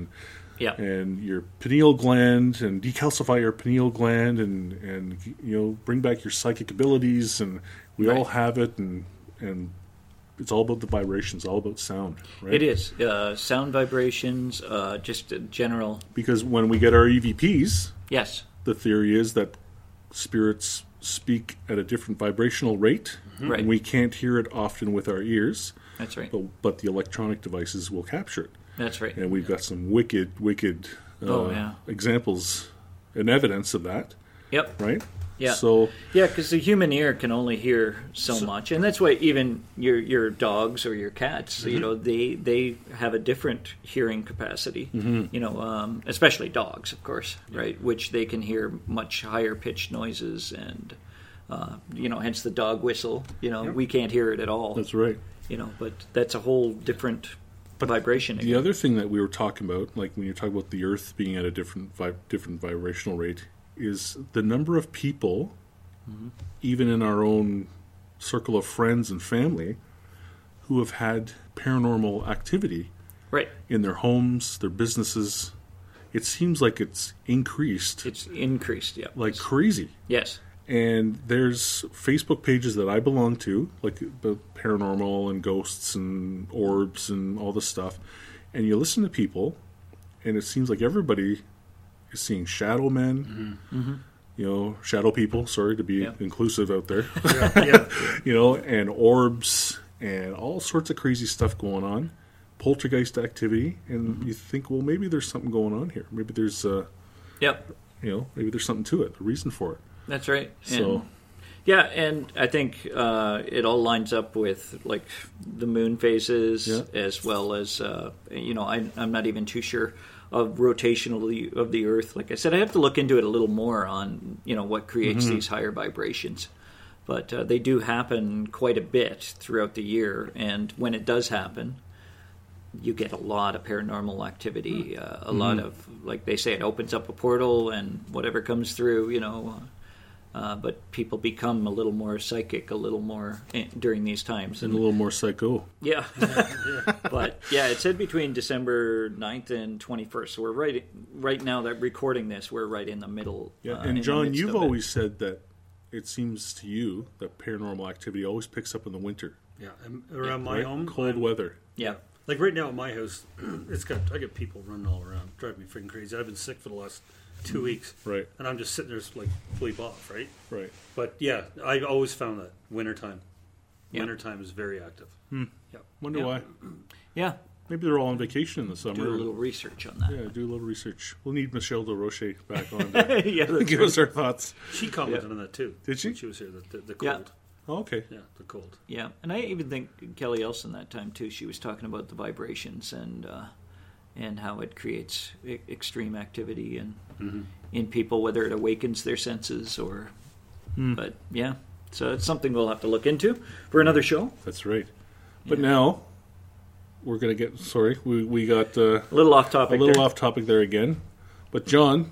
S2: yeah
S3: and your pineal gland, and decalcify your pineal gland, and and you know, bring back your psychic abilities, and we all
S2: Right.
S3: have it, and and it's all about the vibrations, all about sound, right?
S2: it is uh, sound vibrations uh, just a general
S3: because when we get our EVPs,
S2: yes
S3: the theory is that spirits speak at a different vibrational rate,
S2: Mm-hmm. Right.
S3: and we can't hear it often with our ears.
S2: that's right
S3: But, but the electronic devices will capture it.
S2: that's right
S3: and we've got some wicked, wicked uh,
S2: Oh, yeah.
S3: examples and evidence of that,
S2: yep
S3: right?
S2: Yeah.
S3: So
S2: Yeah, because the human ear can only hear so, much, and that's why even your your dogs or your cats, you know, they they have a different hearing capacity.
S3: Mm-hmm.
S2: You know, um, especially dogs, of course, right, which they can hear much higher pitched noises, and uh, you know, hence the dog whistle. You know, we can't hear it at all.
S3: that's right.
S2: You know, but that's a whole different vibration.
S3: The other thing that we were talking about, like when you're talking about the Earth being at a different vi- different vibrational rate, is the number of people, even in our own circle of friends and family, who have had paranormal activity
S2: right?
S3: in their homes, their businesses. It seems like it's increased
S2: It's increased. Yeah.
S3: like crazy.
S2: yes.
S3: and there's Facebook pages that I belong to, like the paranormal and ghosts and orbs and all this stuff. And you listen to people, and it seems like everybody is seeing shadow men,
S4: Mm-hmm.
S3: you know, shadow people. Sorry to be
S2: Yeah.
S3: inclusive out there,
S4: yeah.
S3: you know, and orbs and all sorts of crazy stuff going on, poltergeist activity. And
S4: Mm-hmm.
S3: you think, well, maybe there's something going on here. Maybe there's, uh,
S2: Yep.
S3: you know, maybe there's something to it, a reason for it.
S2: That's right.
S3: So-
S2: And- yeah, and I think uh, it all lines up with like the moon phases,
S3: Yeah.
S2: as well as uh, you know I, I'm not even too sure of rotationally of the Earth. Like I said, I have to look into it a little more on you know what creates
S3: Mm-hmm.
S2: these higher vibrations, but uh, they do happen quite a bit throughout the year, and when it does happen. You get a lot of paranormal activity,
S3: Hmm.
S2: uh, a lot of like they say, it opens up a portal, and whatever comes through, you know, uh, but people become a little more psychic, a little more eh, during these times.
S3: And a
S2: And
S3: little more psycho.
S2: yeah, but yeah, it said between December 9th and twenty first. So we're right right now that recording this, we're right in the middle.
S3: Yeah,
S2: uh, in
S3: and
S2: the
S3: John,
S2: midst
S3: you've
S2: of it.
S3: always said that it seems to you that paranormal activity always picks up in the winter,
S4: yeah. And Around my
S3: right?
S4: home,
S3: cold weather.
S2: yeah,
S4: Like right now at my house, it's got I get people running all around, driving me freaking crazy. I've been sick for the last two weeks,
S3: Mm-hmm. Right.
S4: And I'm just sitting there just, like bleep off, right?
S3: Right.
S4: But yeah, I always found that wintertime.
S2: Yeah.
S4: Wintertime is very active.
S3: Hmm.
S2: Yep.
S3: Wonder
S2: Yeah.
S3: why?
S2: Yeah.
S3: Maybe they're all on vacation in the summer.
S2: Do a little research on that.
S3: yeah, do a little research. We'll need Michelle de Roche back on to
S2: Yeah. that's
S3: give
S2: right.
S3: us our thoughts.
S4: She commented on that too.
S3: Did she?
S4: When She was here. The, the, the
S2: Yeah.
S4: cold.
S3: Oh, okay.
S4: Yeah. the cold.
S2: Yeah, and I even think Kelly Elson that time too. She was talking about the vibrations and uh, and how it creates e- extreme activity in
S4: Mm-hmm.
S2: in people, whether it awakens their senses or.
S3: Hmm.
S2: But yeah, so it's something we'll have to look into for another show.
S3: That's right. But now we're going to get. Sorry, we, we got uh,
S2: A little off
S3: a
S2: topic.
S3: little
S2: there.
S3: off topic there again. But John,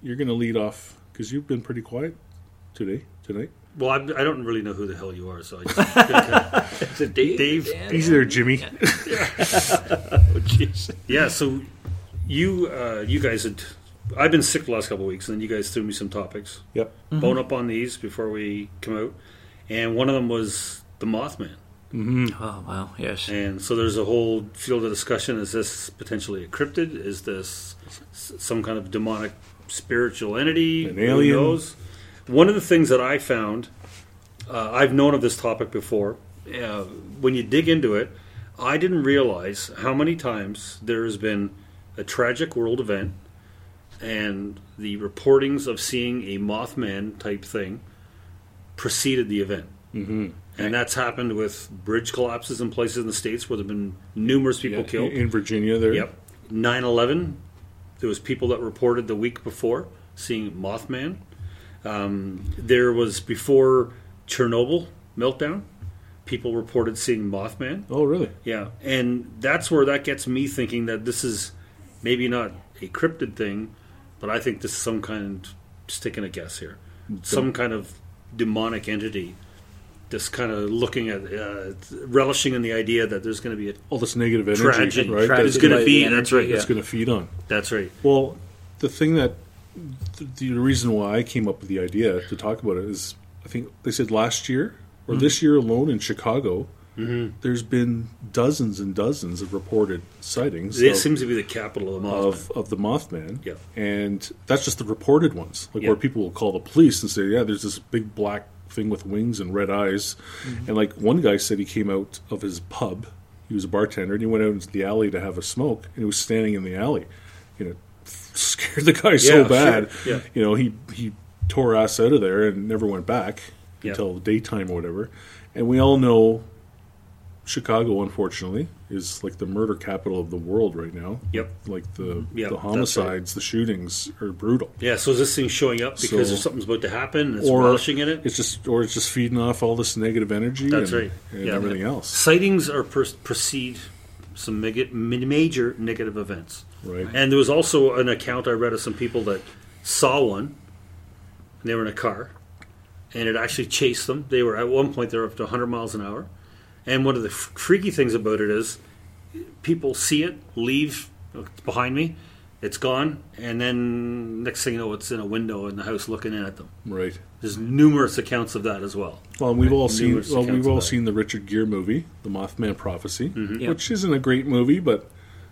S3: you're going to lead off because you've been pretty quiet today, tonight.
S4: Well, I'm, I don't really know who the hell you are, so I just.
S2: It's a Dave.
S4: Dave.
S3: Easy there, Jimmy.
S2: Oh, jeez.
S4: Yeah, so you uh, you guys had. I've been sick the last couple of weeks, and then you guys threw me some topics.
S3: yep.
S4: Bone up on these before we come out, and one of them was the Mothman.
S2: Oh wow. Yes.
S4: And so there's a whole field of discussion: is this potentially a cryptid? Is this s- some kind of demonic spiritual entity?
S3: An alien?
S4: Who knows? One of the things that I found, uh, I've known of this topic before. Uh, when you dig into it, I didn't realize how many times there has been a tragic world event and the reportings of seeing a Mothman type thing preceded the event. And that's happened with bridge collapses in places in the states where there have been numerous people killed.
S3: In Virginia, there.
S4: Yep. 9 11, there was people that reported the week before seeing Mothman. Um, there was before Chernobyl meltdown, people reported seeing Mothman.
S3: Oh, really?
S4: Yeah, and that's where that gets me thinking that this is maybe not a cryptid thing, but I think this is some kind. Just taking a guess here, some kind of demonic entity, just kind of looking at, uh, relishing in the idea that there's going to be a
S3: All this negative energy,
S4: Tragic-
S3: right?
S4: tragic
S3: That's
S4: It's gonna
S2: By the
S4: be- that's right,
S2: energy,
S4: yeah.
S3: going to feed on.
S4: that's right.
S3: Well, the thing that th- the reason why I came up with the idea to talk about it is I think they said last year or
S4: Mm-hmm.
S3: this year alone in Chicago, there's been dozens and dozens of reported sightings
S4: This
S3: of,
S4: seems to be the capital of the Mothman.
S3: of, of the Mothman.
S4: Yeah.
S3: And that's just the reported ones, like
S4: Yeah.
S3: where people will call the police and say, yeah, there's this big black thing with wings and red eyes.
S4: Mm-hmm.
S3: And like one guy said, he came out of his pub. He was a bartender and he went out into the alley to have a smoke and he was standing in the alley. You know, scared the guy so
S4: sure.
S3: bad.
S4: Yeah.
S3: You know, he he tore ass out of there and never went back
S4: Yeah.
S3: until daytime or whatever. And we all know Chicago, unfortunately, is like the murder capital of the world right now.
S4: Yep.
S3: Like the
S4: Yep,
S3: the
S4: that's right.
S3: homicides, the shootings are brutal.
S4: yeah, so is this thing showing up because
S3: So-
S4: there's something's about to happen and it's relishing in it?
S3: It's just or it's just feeding off all this negative energy
S4: That's
S3: and,
S4: right.
S3: and
S4: Yeah.
S3: everything else.
S4: Sightings are per- precede some mega- min- major negative events.
S3: Right.
S4: And there was also an account I read of some people that saw one. And they were in a car, and it actually chased them. They were at one point they were up to 100 miles an hour. And one of the f- freaky things about it is, people see it, leave "Look, it's behind me, it's gone, and then next thing you know, it's in a window in the house looking in at them.
S3: Right.
S4: There's numerous accounts of that as well.
S3: Well, and we've all seen
S4: Numerous
S3: well,
S4: accounts
S3: we've
S4: of
S3: all
S4: that.
S3: seen the Richard Gere movie, The Mothman Prophecy,
S4: Mm-hmm.
S2: Yeah.
S3: which isn't a great movie, but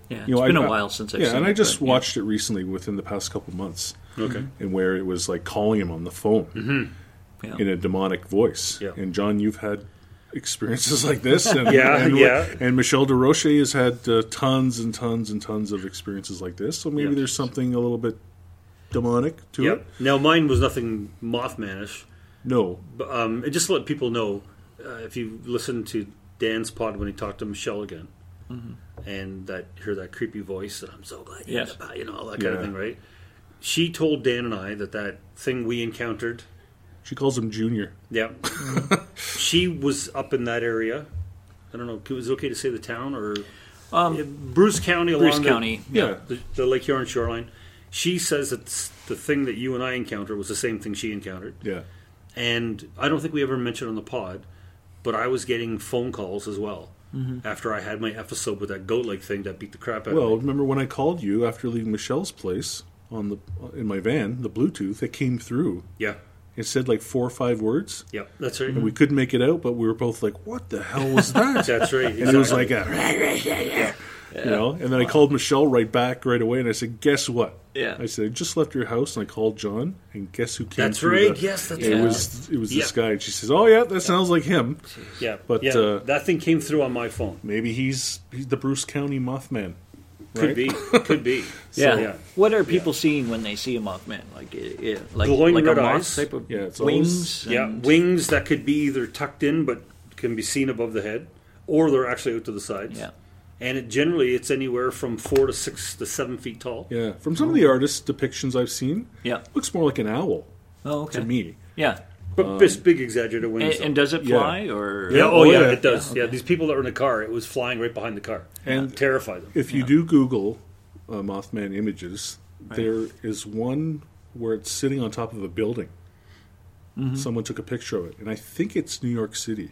S2: Yeah, it's
S3: you know,
S2: been
S3: a
S2: a while since I've
S3: yeah,
S2: seen
S3: and
S2: it,
S3: I just
S2: but, yeah.
S3: watched it recently within the past couple months.
S4: Okay.
S3: and where it was like calling him on the phone
S2: Yeah.
S3: in a demonic voice.
S4: Yeah.
S3: And John, you've had experiences like this, and
S4: Yeah,
S3: and,
S4: yeah.
S3: and Michelle de Roche has had uh, tons and tons and tons of experiences like this. So maybe
S4: Yeah.
S3: there's something a little bit demonic to
S4: Yep.
S3: it.
S4: Now mine was nothing Mothmanish.
S3: No,
S4: But, um, and just to let people know, uh, if you listen to Dan's pod when he talked to Michelle again, and that hear that creepy voice, and I'm so glad
S2: Mm-hmm.
S4: you
S2: Yes.
S4: had about you know all that kind
S3: Yeah.
S4: of thing, right? She told Dan and I that that thing we encountered,
S3: she calls him Junior.
S4: yeah, she was up in that area. I don't know. Was it okay to say the town or Bruce County? Along
S2: Um, Bruce
S4: the-
S2: County.
S3: Yeah,
S4: the, the Lake Huron shoreline. She says that s- the thing that you and I encountered was the same thing she encountered.
S3: yeah.
S4: And I don't think we ever mentioned on the pod, but I was getting phone calls as well after I had my episode with that goat leg thing that beat the crap out
S3: Mm-hmm. Well,
S4: of me.
S3: remember when I called you after leaving Michelle's place on the uh, in my van, the Bluetooth that came through.
S4: Yeah,
S3: It said like four or five words.
S4: yeah, that's right.
S3: We couldn't make it out, but we were both like, "What the hell was that?"
S4: That's right.
S3: And it was
S4: exactly.
S3: like a You know, and then I called Michelle right back right away, and I said, "Guess what?"
S2: Yeah.
S3: I said, "I just left your house, and I called John, and guess who came?"
S4: That's
S3: through
S4: right.
S3: the-
S4: Yes, that's
S3: It
S4: right.
S3: was it was this
S4: Yeah.
S3: guy, and she says, "Oh yeah, that sounds like him.
S4: Yeah,
S3: But,
S4: yeah,
S3: uh,
S4: that thing came through on my phone.
S3: Maybe he's he's the Bruce County Mothman."
S4: Could
S3: right?
S4: be, could be.
S2: yeah.
S4: So, yeah.
S2: What are people seeing when they see a Mothman? Like, it, it, like,
S4: Glowing
S2: like a
S4: red
S2: moth
S4: eyes.
S2: type of
S3: Yeah, it's
S2: wings.
S4: Yeah,
S2: and-
S4: wings that could be either tucked in but can be seen above the head, or they're actually out to the sides.
S2: Yeah.
S4: And it generally it's anywhere from four to six to seven feet tall.
S3: Yeah, from some of the artist depictions I've seen,
S2: Yeah.
S3: looks more like an owl
S2: Oh, okay.
S3: to me.
S2: Yeah.
S4: But
S3: Uh,
S4: this big exaggerated
S2: And,
S4: wings.
S2: and
S4: though.
S2: does it
S3: Yeah.
S2: fly or?
S4: yeah, oh,
S3: Oh,
S4: yeah,
S3: yeah.
S4: it does. Yeah, these people that were in the car, it was flying right behind the car.
S3: And-
S4: terrify them.
S3: If you do Google uh, Mothman images, there is one where it's sitting on top of a building.
S4: Mm-hmm.
S3: Someone took a picture of it, and I think it's New York City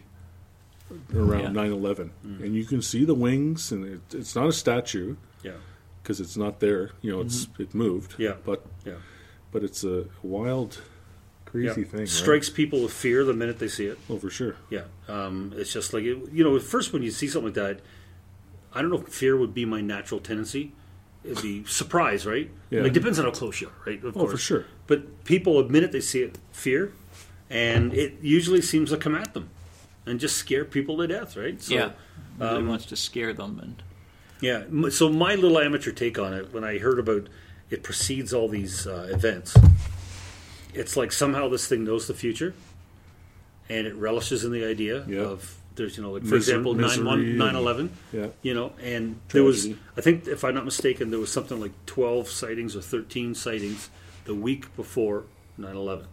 S2: Yeah.
S3: around 9 11.
S4: Mm.
S3: And you can see the wings, and it, it's not a statue
S4: Yeah.
S3: because it's not there. You know, it's it moved.
S4: Mm-hmm. Yeah.
S3: But,
S4: Yeah.
S3: but it's a wild, crazy
S4: yeah.
S3: thing. right?
S4: Strikes people with fear the minute they see it.
S3: Oh, for sure.
S4: Yeah, um, it's just like it, you know. At first, when you see something like that, I don't know if fear would be my natural tendency. It'd be surprise, right?
S3: Yeah.
S4: Like depends on how close you are, right? Of
S3: Oh, for sure.
S4: But people admit it; they see it, fear, and it usually seems to come at them and just scare people to death, right? So,
S2: yeah. Really
S4: um,
S2: wants to scare them and.
S4: yeah. m- So my little amateur take on it, when I heard about it precedes all these uh, events, it's like somehow this thing knows the future, and it relishes in the idea
S3: Yeah.
S4: of there's you know like for
S3: Miser-
S4: example nine
S3: misery
S4: one
S3: and-
S4: nine eleven.
S3: Yeah.
S4: You know, and there was
S3: Tragedy.
S4: I think if I'm not mistaken there was something like twelve sightings or thirteen sightings the week before 9/11.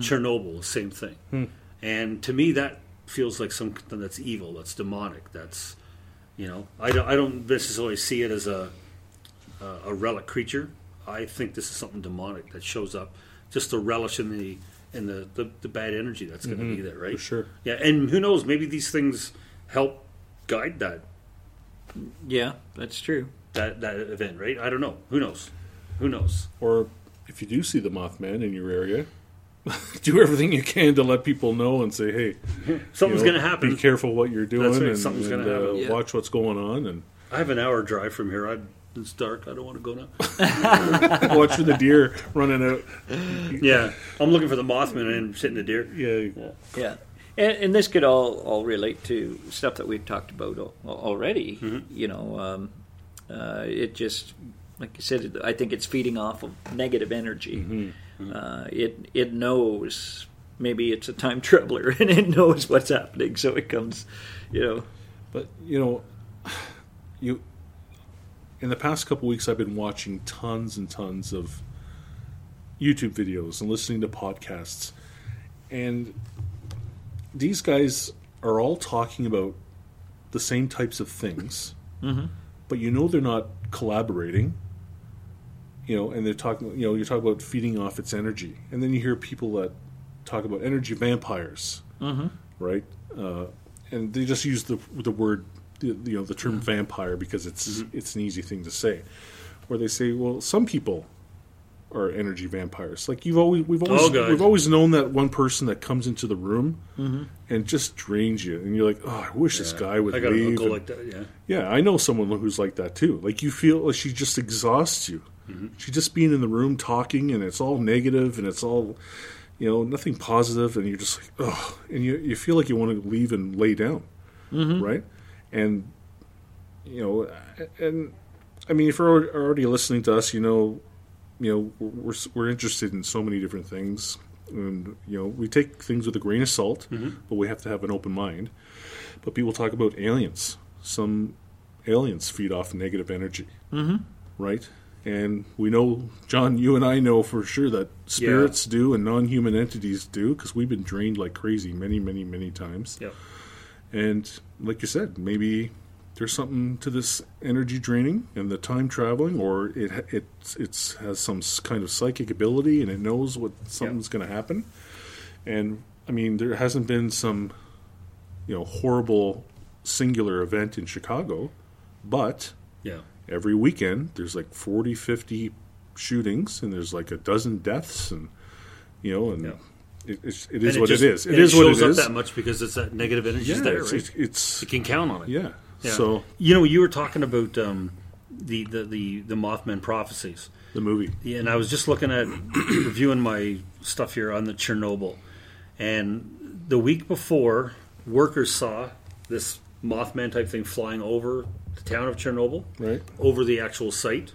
S4: Chernobyl, same thing. And to me that feels like something that's evil, that's demonic, that's you know I don't, I don't necessarily see it as a uh, a relic creature i think this is something demonic that shows up just to relish in the in the the, the bad energy that's going to be there right
S3: Mm-hmm. for sure.
S4: yeah and who knows maybe these things help guide that
S2: Yeah, that's true.
S4: that that event right i don't know who knows who knows
S3: Or if you do see the Mothman in your area, do everything you can to let people know and say, hey,
S4: something's
S3: you know,
S4: going to happen
S3: Be careful what you're doing
S4: right,
S3: and,
S4: something's
S3: and,
S4: gonna
S3: uh,
S4: happen.
S2: Yeah.
S3: watch what's going on and
S4: i have an hour drive from here i it's dark i don't want to go now
S3: watch for the deer running out.
S4: yeah i'm looking for the mothman and sitting the deer
S3: Yeah,
S2: Yeah. And, and this could all, all relate to stuff that we've talked about al- already. You know, um, uh, it just, like you said, I think it's feeding off of negative energy. Uh, it, it knows, maybe it's a time traveler and it knows what's happening, so it comes, you know.
S3: But, you know, you in the past couple weeks, I've been watching tons and tons of YouTube videos and listening to podcasts. And these guys are all talking about the same types of things,
S4: Mm-hmm.
S3: but you know they're not collaborating. You know, and they're talking. You know, you talk about feeding off its energy, and then you hear people that talk about energy vampires,
S4: Mm-hmm.
S3: right? Uh, and they just use the the word, you know, the term vampire because it's
S4: Mm-hmm.
S3: it's an easy thing to say. Where they say, well, some people are energy vampires. Like you've always we've always
S4: Oh, God.
S3: we've always known that one person that comes into the room and just drains you, and you're like, oh, I wish this guy would
S4: i got an
S3: leave.
S4: uncle
S3: and-
S4: like that yeah
S3: yeah, I know someone who's like that too. Like you feel like she just exhausts you. She just being in the room talking, and it's all negative, and it's all, you know, nothing positive, and you're just like, oh, and you you feel like you want to leave and lay down, right? And you know, and I mean, if you're al- already listening to us, you know, you know, we're we're interested in so many different things, and you know, we take things with a grain of salt, but we have to have an open mind but people talk about aliens. Some aliens feed off negative energy, mm-hmm. right? And we know, John, you and I know for sure that spirits do and non-human entities do because we've been drained like crazy many, many, many times.
S4: yeah
S3: And like you said, maybe there's something to this energy draining and the time traveling, or it ha- it it's has some s- kind of psychic ability and it knows what something's going to happen. And I mean, there hasn't been some you know horrible singular event in Chicago, but
S4: yeah
S3: every weekend there's like 40 50 shootings and there's like a dozen deaths and you know and
S4: Yeah.
S3: it, it's, it is
S4: And
S3: what
S4: just-
S3: it is it
S4: and
S3: is what
S4: shows
S3: it
S4: up
S3: is
S4: that much because it's that negative energy
S3: yeah,
S4: there
S3: it's,
S4: right?
S3: it's, it's
S4: you can count on it
S3: yeah.
S4: Yeah.
S3: So
S4: you know, you were talking about um, the, the the the Mothman prophecies.
S3: the movie.
S4: Yeah, and I was just looking at reviewing my stuff here on the Chernobyl, and the week before, workers saw this Mothman type thing flying over the town of Chernobyl,
S3: Right.
S4: over the actual site.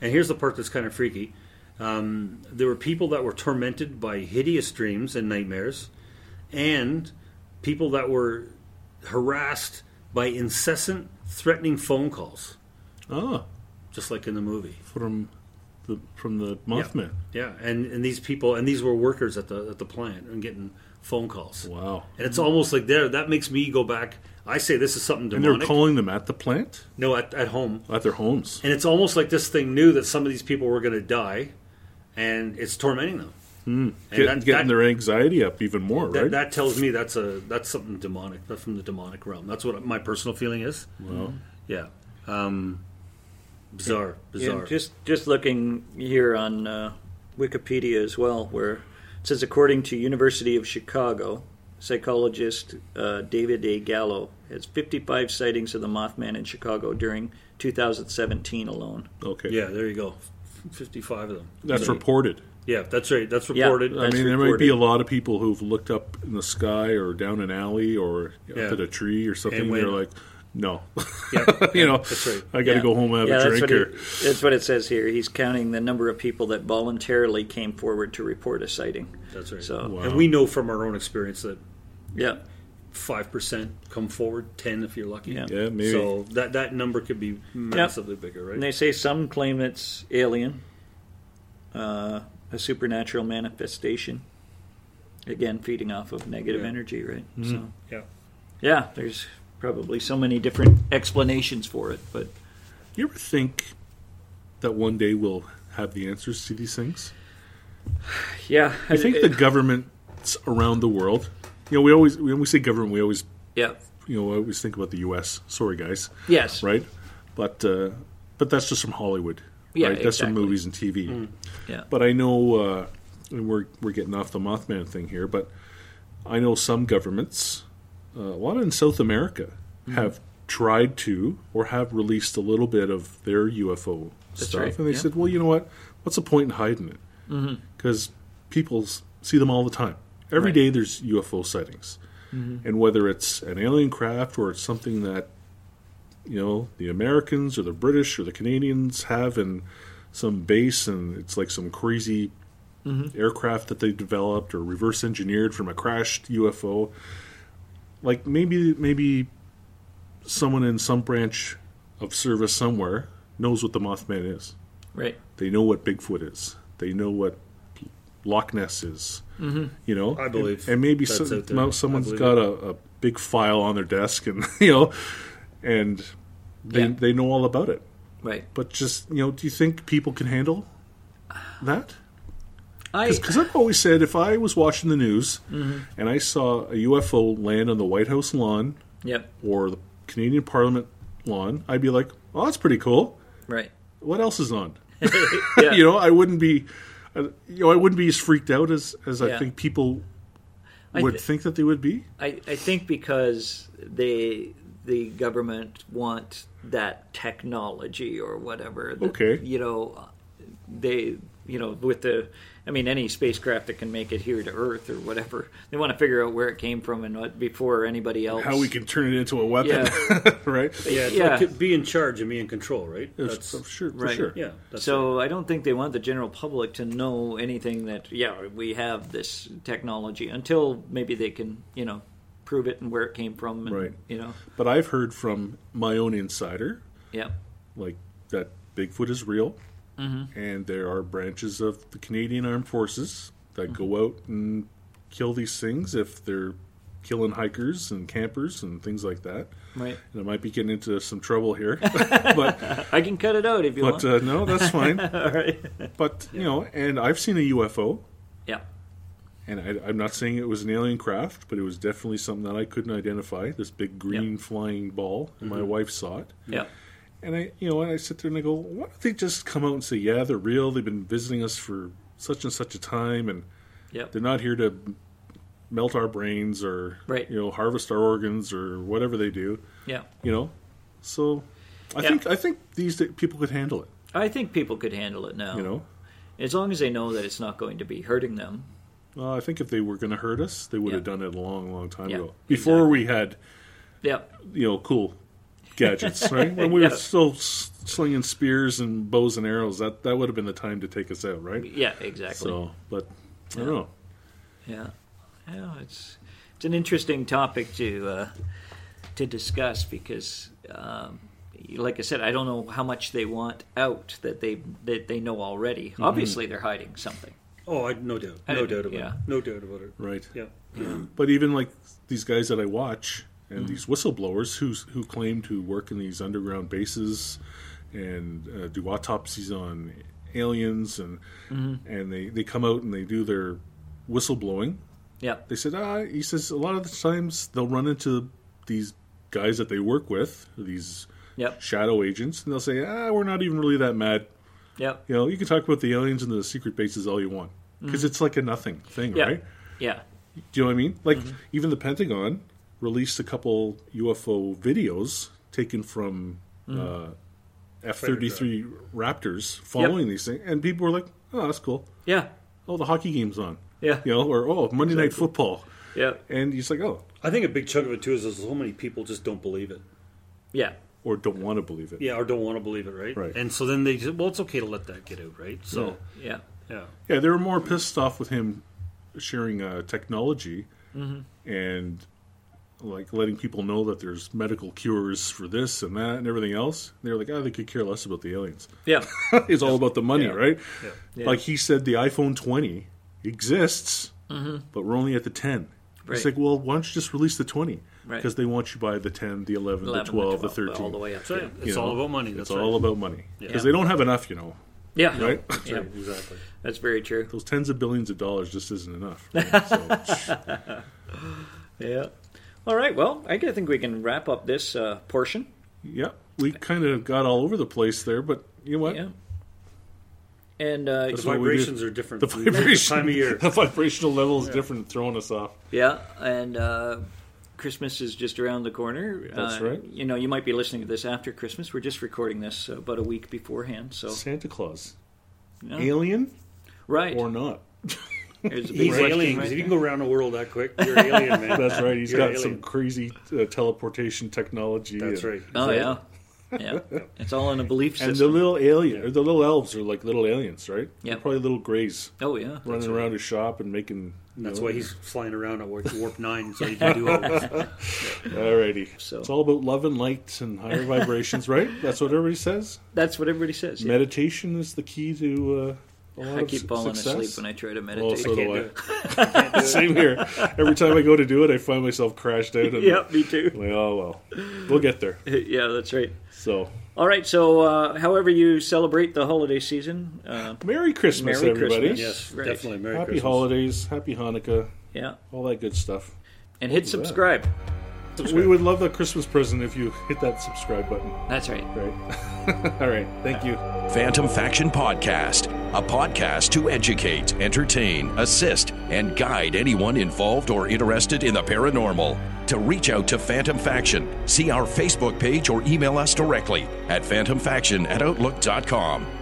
S4: And here's the part that's kind of freaky: um, there were people that were tormented by hideous dreams and nightmares, and people that were harassed by incessant, threatening phone calls,
S3: Ah,
S4: just like in the movie.
S3: from the from the Mothman.
S4: Yeah, and, and these people and these were workers at the at the plant and getting phone calls.
S3: Wow.
S4: And it's almost like there that makes me go back. I say this is something
S3: And they were
S4: demonic.
S3: calling them at the plant
S4: no, at, at home.
S3: at their homes.
S4: And it's almost like this thing knew that some of these people were going to die, and it's tormenting them. And
S3: Hmm. Get,
S4: that,
S3: getting
S4: that,
S3: their anxiety up even more,
S4: that,
S3: right?
S4: that tells me that's a that's something demonic. That's from the demonic realm. That's what my personal feeling is.
S3: Wow.
S4: Yeah. Um, bizarre,
S2: Yeah,
S4: bizarre.
S2: just just looking here on uh, Wikipedia as well, where it says according to University of Chicago, psychologist uh, David A. Gallo has 55 sightings of the Mothman in Chicago during 2017 alone.
S3: Okay.
S4: yeah, there you go. F- Fifty-five of them.
S3: That's
S4: So-
S3: reported.
S4: Yeah, that's right. That's
S2: Yeah.
S4: reported.
S3: I
S2: That's
S3: mean, there might be
S2: reported.
S3: a lot of people who've looked up in the sky or down an alley or
S4: Yeah.
S3: up at a tree or something.
S4: And
S3: And they're
S4: when-
S3: like, no,
S4: Yeah.
S3: you know,
S4: That's right.
S3: I got to
S2: Yeah.
S3: go home and have
S2: yeah,
S3: a
S2: That's
S3: drink.
S2: what,
S3: Or,
S2: it, that's what it says here. He's counting the number of people that voluntarily came forward to report a sighting.
S4: That's right.
S2: So,
S3: Wow.
S4: And we know from our own experience that
S2: yeah.
S4: five percent come forward, ten if you're lucky.
S2: Yeah.
S3: Yeah, maybe.
S4: So that that number could be massively bigger, right?
S2: And they say some claim it's alien, uh, a supernatural manifestation. Again, feeding off of negative
S4: Yeah.
S2: energy, right? So,
S4: yeah.
S2: yeah, there's probably so many different explanations for it, but
S3: you ever think that one day we'll have the answers to these things?
S2: yeah,
S3: I think the governments around the world, you know, we always, when we say government, we always,
S2: yeah,
S3: you know, I always think about the U.S. Sorry, guys.
S2: yes,
S3: Right? But, uh, but that's just from Hollywood.
S2: Yeah,
S3: right? That's from
S2: exactly.
S3: movies and TV.
S2: yeah,
S3: But I know, uh, and we're we're getting off the Mothman thing here, but I know some governments, uh, a lot in South America,
S2: Mm-hmm.
S3: have tried to or have released a little bit of their UFO stuff,
S2: right,
S3: and they
S2: yeah. Mm-hmm.
S3: said, well, you know what? What's the point in hiding it? Because people s- see them all the time. Every
S2: Right. Mm-hmm.
S3: day there's UFO sightings, and whether it's an alien craft or it's something that you know the Americans or the British or the Canadians have in some base, and it's like some crazy
S2: Mm-hmm.
S3: aircraft that they developed or reverse engineered from a crashed UFO. Like maybe maybe someone in some branch of service somewhere knows what the Mothman is.
S2: right,
S3: They know what Bigfoot is. They know what Loch Ness is. Mm-hmm. You know,
S4: I believe
S3: And, and maybe
S4: that's
S3: some,
S4: out there.
S3: now
S4: I
S3: someone's
S4: believe
S3: got a, a big file on their desk, and you know, and they
S2: Yeah.
S3: they know all about it.
S2: right.
S3: But just you know, do you think people can handle that?
S2: I
S3: Because I've always said if I was watching the news
S4: Mm-hmm.
S3: and I saw a UFO land on the White House lawn
S2: yep,
S3: or the Canadian Parliament lawn, I'd be like, "Oh, that's pretty cool.
S2: right.
S3: What else is on?"
S2: Yeah.
S3: You know, I wouldn't be, uh, you know, I wouldn't be as freaked out as as I
S2: Yeah.
S3: think people
S2: I
S3: would
S2: thi-
S3: think that they would be.
S2: I, I think because they the government want that technology or whatever. that,
S3: Okay.
S2: You know, they you know with the I mean any spacecraft that can make it here to Earth or whatever they want to figure out where it came from and what before anybody else.
S3: How we can turn it into a weapon, right?
S4: Yeah, it's
S2: Yeah.
S4: like be in charge and be in control, right?
S3: That's, for sure, for
S2: right.
S3: sure.
S4: yeah. That's
S2: so I don't think they want the general public to know anything that yeah we have this technology until maybe they can you know prove it and where it came from and
S3: Right.
S2: you know
S3: But I've heard from my own insider
S2: yeah
S3: like that Bigfoot is real, and there are branches of the Canadian Armed Forces that go out and kill these things if they're killing hikers and campers and things like that.
S2: right
S3: And I might be getting into some trouble here, but
S2: I can cut it out if you want
S3: but uh, no, that's fine.
S2: All right.
S3: But you know, and I've seen a UFO,
S2: Yeah.
S3: and I, I'm not saying it was an alien craft, but it was definitely something that I couldn't identify. This big green flying ball, and my wife saw it.
S2: Yeah.
S3: And I, you know, and I sit there and I go, why don't they just come out and say, yeah, they're real. They've been visiting us for such and such a time, and
S2: Yeah.
S3: they're not here to melt our brains or,
S2: Right.
S3: you know, harvest our organs or whatever they do.
S2: Yeah.
S3: You know, So I
S2: Yeah.
S3: think I think these da- people could handle it.
S2: I think people could handle it now.
S3: You know,
S2: as long as they know that it's not going to be hurting them.
S3: uh, I think if they were going to hurt us, they would have
S2: Yeah.
S3: done it a long, long time
S2: Yeah,
S3: ago. Before we had
S2: Yep.
S3: you know cool gadgets, right? When we
S2: Yeah.
S3: were still s- slinging spears and bows and arrows, that that would have been the time to take us out, right?
S2: Yeah. Exactly.
S3: So, but I don't know.
S2: Yeah. Yeah. It's it's an interesting topic to uh, to discuss because, um, like I said, I don't know how much they want out that they that they know already.
S3: Mm-hmm.
S2: Obviously, they're hiding something.
S4: Oh, I, no doubt,
S2: I
S4: no
S2: didn't-
S4: doubt about
S2: yeah.
S4: it. No doubt about it.
S3: Right.
S4: Yeah.
S3: But even like these guys that I watch and these whistleblowers who who claim to work in these underground bases and uh, do autopsies on aliens and and they they come out and they do their whistleblowing.
S2: Yep.
S3: They said, ah, he says a lot of the times they'll run into these guys that they work with, these
S2: Yep.
S3: shadow agents, and they'll say, ah, we're not even really that mad.
S2: Yep.
S3: You know, you can talk about the aliens and the secret bases all you want because it's like a nothing thing,
S2: Mm-hmm. Yeah. Mm-hmm.
S3: right?
S2: Yeah.
S3: Do you know what I mean? Like even the Pentagon released a couple UFO videos taken from
S2: Mm-hmm.
S3: uh, F thirty three Raptors following these things, and people were like, "Oh, that's cool.
S2: Yeah.
S3: Oh, the hockey game's on.
S2: Yeah.
S3: You know, or oh, Monday Night Football."
S2: Yep.
S3: And he's like, "Oh,"
S4: I think a big chunk of it too is there's so many people just don't believe it.
S2: Yeah.
S3: or don't want to believe it.
S4: Yeah, or don't want to believe it, right?
S3: Right.
S4: And so then they just, well, it's okay to let that get out, right? So
S2: Yeah.
S4: yeah,
S3: Yeah, they were more pissed off with him sharing uh, technology and like letting people know that there's medical cures for this and that and everything else. They were like, "Oh, they could care less about the aliens."
S2: Yeah.
S3: it's all about the money,
S4: Yeah.
S3: right?
S4: Yeah.
S3: Like he said, the iPhone 20 exists, but we're only at the 10.
S2: Right.
S3: It's like, well, why don't you just release the 20?
S2: Right.
S3: Because they want you by the 10, the 11, the 12, the 13.
S2: all the way up.
S4: So, yeah,
S2: to-
S4: it's
S3: You
S4: all
S3: know,
S4: about money. That's
S3: It's all
S4: right.
S3: about money. Because
S2: Yeah.
S3: they don't have enough, you know.
S2: Yeah. Yeah.
S3: Right?
S4: That's right, exactly.
S2: That's very true.
S3: Those tens of billions of dollars just isn't enough. right? So,
S2: Yeah. All right. Well, I think we can wrap up this uh, portion.
S3: yeah, we kind of got all over the place there, but you know what?
S2: Yeah. And uh,
S4: The
S3: what we do.
S4: vibrations are different.
S3: The
S4: from time
S3: vibration,
S4: of year.
S3: the vibrational level is different, throwing us off.
S2: yeah, and uh, Christmas is just around the corner.
S3: That's
S2: Uh,
S3: right.
S2: You know, you might be listening to this after Christmas. We're just recording this about a week beforehand. So
S3: Santa Claus,
S2: yeah.
S3: alien
S2: right.
S3: or not?
S2: There's a big
S4: He's
S2: question
S4: alien. 'cause
S2: right
S4: if you
S2: there.
S4: can go around the world that quick, you're an alien, man.
S3: That's right. He's
S4: You're
S3: got
S4: an
S3: some
S4: alien.
S3: crazy uh, teleportation technology.
S4: That's
S3: and,
S4: right.
S2: Oh yeah. Yeah. It's all in a belief
S3: And
S2: system.
S3: the little alien, or the little elves, are like little aliens, right?
S2: Yeah.
S3: They're probably little grays
S2: oh yeah.
S3: running around his shop and making. you
S4: That's
S3: know,
S4: why he's flying around at warp warp nine, so he can do all this.
S3: Alrighty.
S2: So-
S3: It's all about love and light and higher vibrations, right? That's what everybody says.
S2: That's what everybody says. Yeah.
S3: Meditation is the key to. Uh, a lot
S2: I
S3: of
S2: keep
S3: su-
S2: falling
S3: success.
S2: asleep when I try to
S3: Well,
S2: meditate.
S3: Oh, so
S4: Can't do
S3: do
S4: it.
S3: I. Same here. Every time I go to do it, I find myself crashed out. And
S2: yeah, me too.
S3: Like, oh well, we'll get there.
S2: yeah, that's right.
S3: So,
S2: All right. So, uh, however you celebrate the holiday season, uh,
S3: Merry Christmas,
S2: Merry
S3: everybody.
S2: Christmas.
S4: Yes,
S2: Right.
S4: definitely. Merry
S3: Happy
S4: Christmas.
S3: holidays, happy Hanukkah,
S2: yeah,
S3: all that good stuff.
S2: and hit
S3: was that?
S2: subscribe.
S3: We would love the Christmas present if you hit that subscribe button.
S2: That's right.
S3: Right. all right. Thank you.
S1: Phantom Faction Podcast, a podcast to educate, entertain, assist, and guide anyone involved or interested in the paranormal. To reach out to Phantom Faction, see our Facebook page or email us directly at phantomfaction at outlook.com.